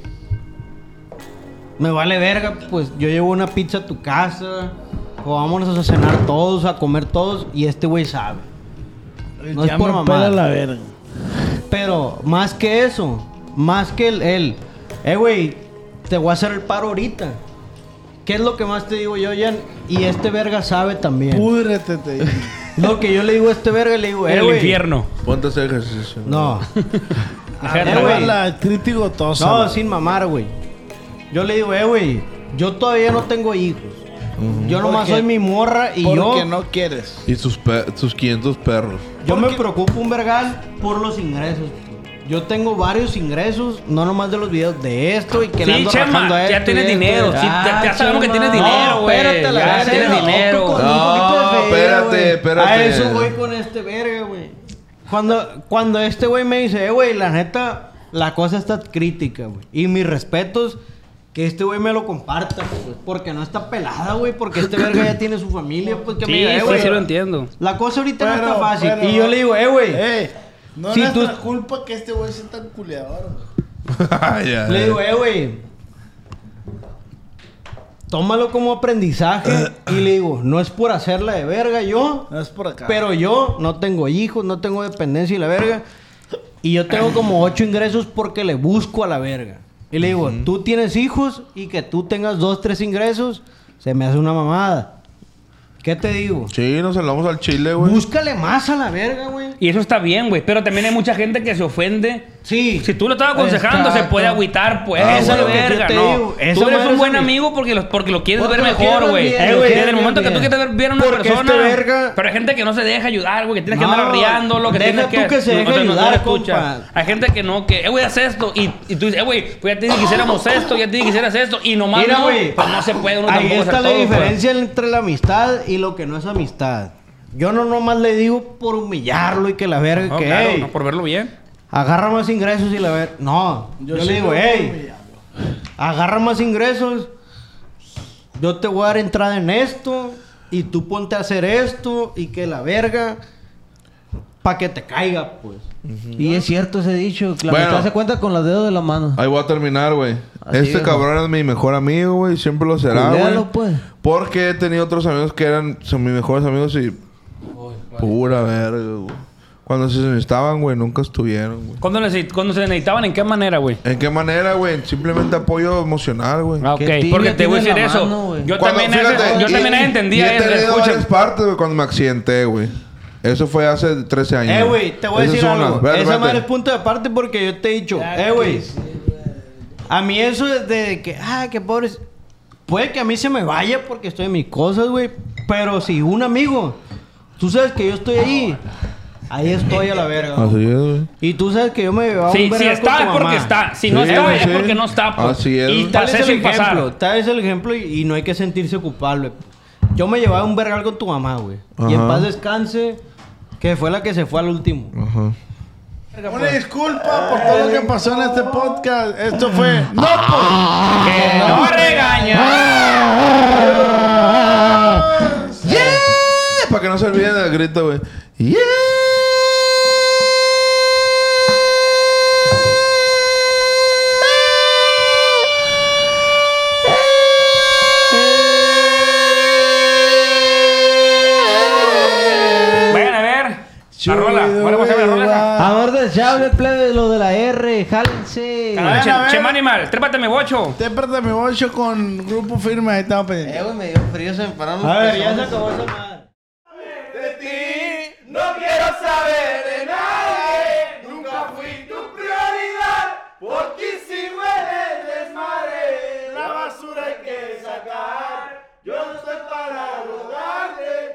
[SPEAKER 3] me vale verga, pues yo llevo una pizza a tu casa, o vámonos a cenar todos, a comer todos, y este güey sabe. No es
[SPEAKER 2] Ya
[SPEAKER 3] por
[SPEAKER 2] me
[SPEAKER 3] mamá.
[SPEAKER 2] pela la verga.
[SPEAKER 3] Pero más que eso, más que el, el eh, güey, te voy a hacer el paro ahorita. ¿Qué es lo que más te digo yo, Jan? Y este verga sabe también.
[SPEAKER 2] Púdrete, te digo.
[SPEAKER 3] Lo que yo le digo a este verga, le digo, eh,
[SPEAKER 4] el
[SPEAKER 3] güey.
[SPEAKER 4] infierno.
[SPEAKER 5] Ponte a hacer ejercicio.
[SPEAKER 3] No.
[SPEAKER 2] A
[SPEAKER 4] Ejército,
[SPEAKER 3] ver,
[SPEAKER 2] ver,
[SPEAKER 3] Eh, güey.
[SPEAKER 2] la crítica gotosa.
[SPEAKER 3] No,
[SPEAKER 2] güey.
[SPEAKER 3] sin mamar, güey. Yo le digo, eh, güey, yo todavía no tengo hijos. Yo nomás
[SPEAKER 2] Porque-
[SPEAKER 3] soy mi morra y
[SPEAKER 2] Porque
[SPEAKER 3] yo,
[SPEAKER 2] no quieres.
[SPEAKER 5] Y sus, pe- sus 500 perros.
[SPEAKER 3] yo me preocupo un vergal por los ingresos. Yo tengo varios ingresos, no nomás de los videos, de esto y que le
[SPEAKER 4] Sí,
[SPEAKER 3] ando
[SPEAKER 4] Chema,
[SPEAKER 3] rajando a
[SPEAKER 4] ya
[SPEAKER 3] esto
[SPEAKER 4] tienes
[SPEAKER 3] y esto.
[SPEAKER 4] dinero. Sí,
[SPEAKER 3] Ah,
[SPEAKER 4] ya- ya sabemos que
[SPEAKER 3] Chema.
[SPEAKER 4] tienes dinero, güey.
[SPEAKER 3] espérate, la
[SPEAKER 4] Ya
[SPEAKER 3] verga,
[SPEAKER 4] tienes
[SPEAKER 3] no,
[SPEAKER 4] dinero.
[SPEAKER 3] tú con
[SPEAKER 5] No,
[SPEAKER 3] un poquito de fe,
[SPEAKER 5] espérate,
[SPEAKER 3] güey.
[SPEAKER 5] espérate.
[SPEAKER 3] A eso voy con este verga, güey. Cuando, cuando este güey me dice, eh, güey, la neta, la cosa está crítica, güey. Y mis respetos, que este güey me lo comparta, pues, porque no está pelada, güey, porque este verga ya tiene su familia, pues que
[SPEAKER 4] Sí,
[SPEAKER 3] me diga, eh,
[SPEAKER 4] sí,
[SPEAKER 3] güey,
[SPEAKER 4] sí lo entiendo.
[SPEAKER 3] La cosa ahorita no
[SPEAKER 2] Pero,
[SPEAKER 3] está fácil.
[SPEAKER 2] pero-
[SPEAKER 3] y yo le digo, eh, güey.
[SPEAKER 2] No
[SPEAKER 3] si
[SPEAKER 2] es
[SPEAKER 3] tú-
[SPEAKER 2] nuestra culpa que este güey sea tan culeador. güey.
[SPEAKER 3] Le digo, eh, güey. Tómalo como aprendizaje. y le digo, no es por hacerla de verga yo.
[SPEAKER 2] No es por acá.
[SPEAKER 3] Pero yo no tengo hijos, no tengo dependencia y la verga. Y yo tengo como ocho ingresos porque le busco a la verga. Y le digo, tú tienes hijos y que tú tengas dos, tres ingresos, se me hace una mamada. ¿Qué te digo?
[SPEAKER 5] Sí, nos salvamos al chile, güey.
[SPEAKER 3] Búscale más a la verga, güey.
[SPEAKER 4] Y eso está bien, güey. Pero también hay mucha gente que se ofende.
[SPEAKER 3] Sí.
[SPEAKER 4] Si tú lo estás aconsejando, se
[SPEAKER 3] Exacto.
[SPEAKER 4] puede agüitar, pues.
[SPEAKER 3] Ah,
[SPEAKER 4] Esa
[SPEAKER 3] bueno, que yo
[SPEAKER 4] verga,
[SPEAKER 3] te
[SPEAKER 4] no.
[SPEAKER 3] digo, esa
[SPEAKER 4] Tú eres
[SPEAKER 3] madre
[SPEAKER 4] un
[SPEAKER 3] es
[SPEAKER 4] buen
[SPEAKER 3] un-
[SPEAKER 4] amigo porque lo, porque lo quieres
[SPEAKER 3] Porque
[SPEAKER 4] ver
[SPEAKER 3] lo quieres
[SPEAKER 4] mejor,
[SPEAKER 3] ver
[SPEAKER 4] güey.
[SPEAKER 3] bien,
[SPEAKER 4] Eh,
[SPEAKER 3] lo
[SPEAKER 4] güey,
[SPEAKER 3] quieres
[SPEAKER 4] Desde el
[SPEAKER 3] ver
[SPEAKER 4] momento que tú
[SPEAKER 3] bien.
[SPEAKER 4] quieres ver bien a una
[SPEAKER 3] Porque
[SPEAKER 4] persona.
[SPEAKER 3] este verga-
[SPEAKER 4] Pero hay gente que no se deja ayudar, güey. Que tienes
[SPEAKER 3] No,
[SPEAKER 4] que andar riándolo. Que
[SPEAKER 3] deja
[SPEAKER 4] tienes
[SPEAKER 3] tú que se deje
[SPEAKER 4] o sea, no- no
[SPEAKER 3] ayudar,
[SPEAKER 4] escucha.
[SPEAKER 3] compa.
[SPEAKER 4] Hay gente que no, que, eh, güey, haz esto. Y, y tú dices, eh, güey, pues ya te dije que hiciéramos esto, ya te dije que hicieras esto. Y nomás
[SPEAKER 3] Mira,
[SPEAKER 4] no,
[SPEAKER 3] güey.
[SPEAKER 4] pues no se puede uno
[SPEAKER 3] Ahí
[SPEAKER 4] tampoco
[SPEAKER 3] está
[SPEAKER 4] hacer
[SPEAKER 3] la
[SPEAKER 4] todo, pues.
[SPEAKER 3] diferencia entre la amistad y lo que no es amistad. Yo no nomás le digo por humillarlo y que la verga
[SPEAKER 4] No,
[SPEAKER 3] que
[SPEAKER 4] claro,
[SPEAKER 3] "Ey,
[SPEAKER 4] no, por verlo bien.
[SPEAKER 3] agarra más ingresos y la verga. No, yo,
[SPEAKER 2] sí
[SPEAKER 3] le digo,
[SPEAKER 2] lo
[SPEAKER 3] hey, agarra más ingresos. Yo te voy a dar entrada en esto y tú ponte a hacer esto y que la verga para que te caiga, pues.
[SPEAKER 12] Y es cierto ese dicho, la
[SPEAKER 5] Bueno.
[SPEAKER 12] amistad se cuenta con los dedos de la mano.
[SPEAKER 5] Ahí voy a terminar, güey.
[SPEAKER 12] Así
[SPEAKER 5] Este
[SPEAKER 12] es.
[SPEAKER 5] cabrón es mi mejor amigo, güey. Siempre lo será, güey.
[SPEAKER 12] Culéalo, pues.
[SPEAKER 5] Porque he tenido otros amigos que eran... Son mis mejores amigos y... Pura verga, güey. Cuando se necesitaban, güey, nunca estuvieron, güey.
[SPEAKER 4] ¿Cuándo, neces- cuándo se necesitaban? ¿En qué manera, güey?
[SPEAKER 5] ¿En qué manera, güey? Simplemente apoyo emocional, güey.
[SPEAKER 4] Ah, ok.
[SPEAKER 12] Qué tibia
[SPEAKER 4] Porque te voy a
[SPEAKER 12] tiene
[SPEAKER 4] decir
[SPEAKER 12] la
[SPEAKER 4] eso.
[SPEAKER 12] mano, güey.
[SPEAKER 4] yo
[SPEAKER 5] Cuando-
[SPEAKER 4] también, a veces-
[SPEAKER 5] fíjate,
[SPEAKER 4] yo
[SPEAKER 5] y-
[SPEAKER 4] también
[SPEAKER 5] y
[SPEAKER 4] entendía
[SPEAKER 5] he
[SPEAKER 4] eso.
[SPEAKER 5] tenido
[SPEAKER 4] Escucha.
[SPEAKER 5] varias partes, güey, cuando me accidenté, güey. Eso fue hace 13 años.
[SPEAKER 3] Eh, güey, te voy a
[SPEAKER 5] Esa es
[SPEAKER 3] decir
[SPEAKER 5] una.
[SPEAKER 3] algo.
[SPEAKER 5] Espérate,
[SPEAKER 3] Esa madre es
[SPEAKER 5] espérate.
[SPEAKER 3] punto de parte porque yo te he dicho, eh, güey.
[SPEAKER 4] pues.
[SPEAKER 3] A mí eso es de que, ah, qué pobre. Puede que a mí se me vaya porque estoy en mis cosas, güey. Pero si un amigo, tú sabes que yo estoy ahí, ahí estoy a la verga. güey.
[SPEAKER 5] Así es, güey.
[SPEAKER 3] Y tú sabes que yo me llevaba
[SPEAKER 4] Sí,
[SPEAKER 3] un
[SPEAKER 4] si
[SPEAKER 3] verga con
[SPEAKER 4] está
[SPEAKER 3] tu
[SPEAKER 4] es porque
[SPEAKER 3] mamá.
[SPEAKER 4] está. Si no
[SPEAKER 5] Sí,
[SPEAKER 4] está es
[SPEAKER 5] sí.
[SPEAKER 4] porque no está. pues.
[SPEAKER 5] Así es.
[SPEAKER 4] Y
[SPEAKER 3] Tal es
[SPEAKER 4] pasé
[SPEAKER 3] el
[SPEAKER 4] sin
[SPEAKER 3] ejemplo,
[SPEAKER 4] pasar.
[SPEAKER 3] tal es el ejemplo y, y no hay que sentirse culpable. Yo me llevaba un vergal con tu mamá, güey. Y en
[SPEAKER 5] Ajá.
[SPEAKER 3] paz descanse, que fue la que se fue al último.
[SPEAKER 5] Ajá.
[SPEAKER 2] Una
[SPEAKER 3] pues.
[SPEAKER 2] disculpa por todo lo que pasó en este podcast. Esto fue. ¡No!
[SPEAKER 5] Ah.
[SPEAKER 3] Ah.
[SPEAKER 4] Que no regaña.
[SPEAKER 5] ¡Yeah! Eh, Para que no se olviden del grito, güey. ¡Yeah!
[SPEAKER 4] Vayan a ver. La rola. Bueno, ¿cómo se llama la rola esa?
[SPEAKER 3] Ah.
[SPEAKER 12] Amor desechable, plebe, lo de la R, jálense.
[SPEAKER 4] Ah,
[SPEAKER 2] Vayan a
[SPEAKER 4] Che-
[SPEAKER 2] ver.
[SPEAKER 4] Chema Animal, trépate mi bocho.
[SPEAKER 2] Te perdí mi bolso con grupo firme. Ahí estamos pendientes.
[SPEAKER 12] Eh, güey, me dio frío, se me pararon los pezones.
[SPEAKER 3] acabó esa madre.
[SPEAKER 10] de ti. No quiero saber de nadie. Nunca fui tu prioridad. Porque si huele el desmadre, la basura hay que sacar. Yo no estoy para rodarte.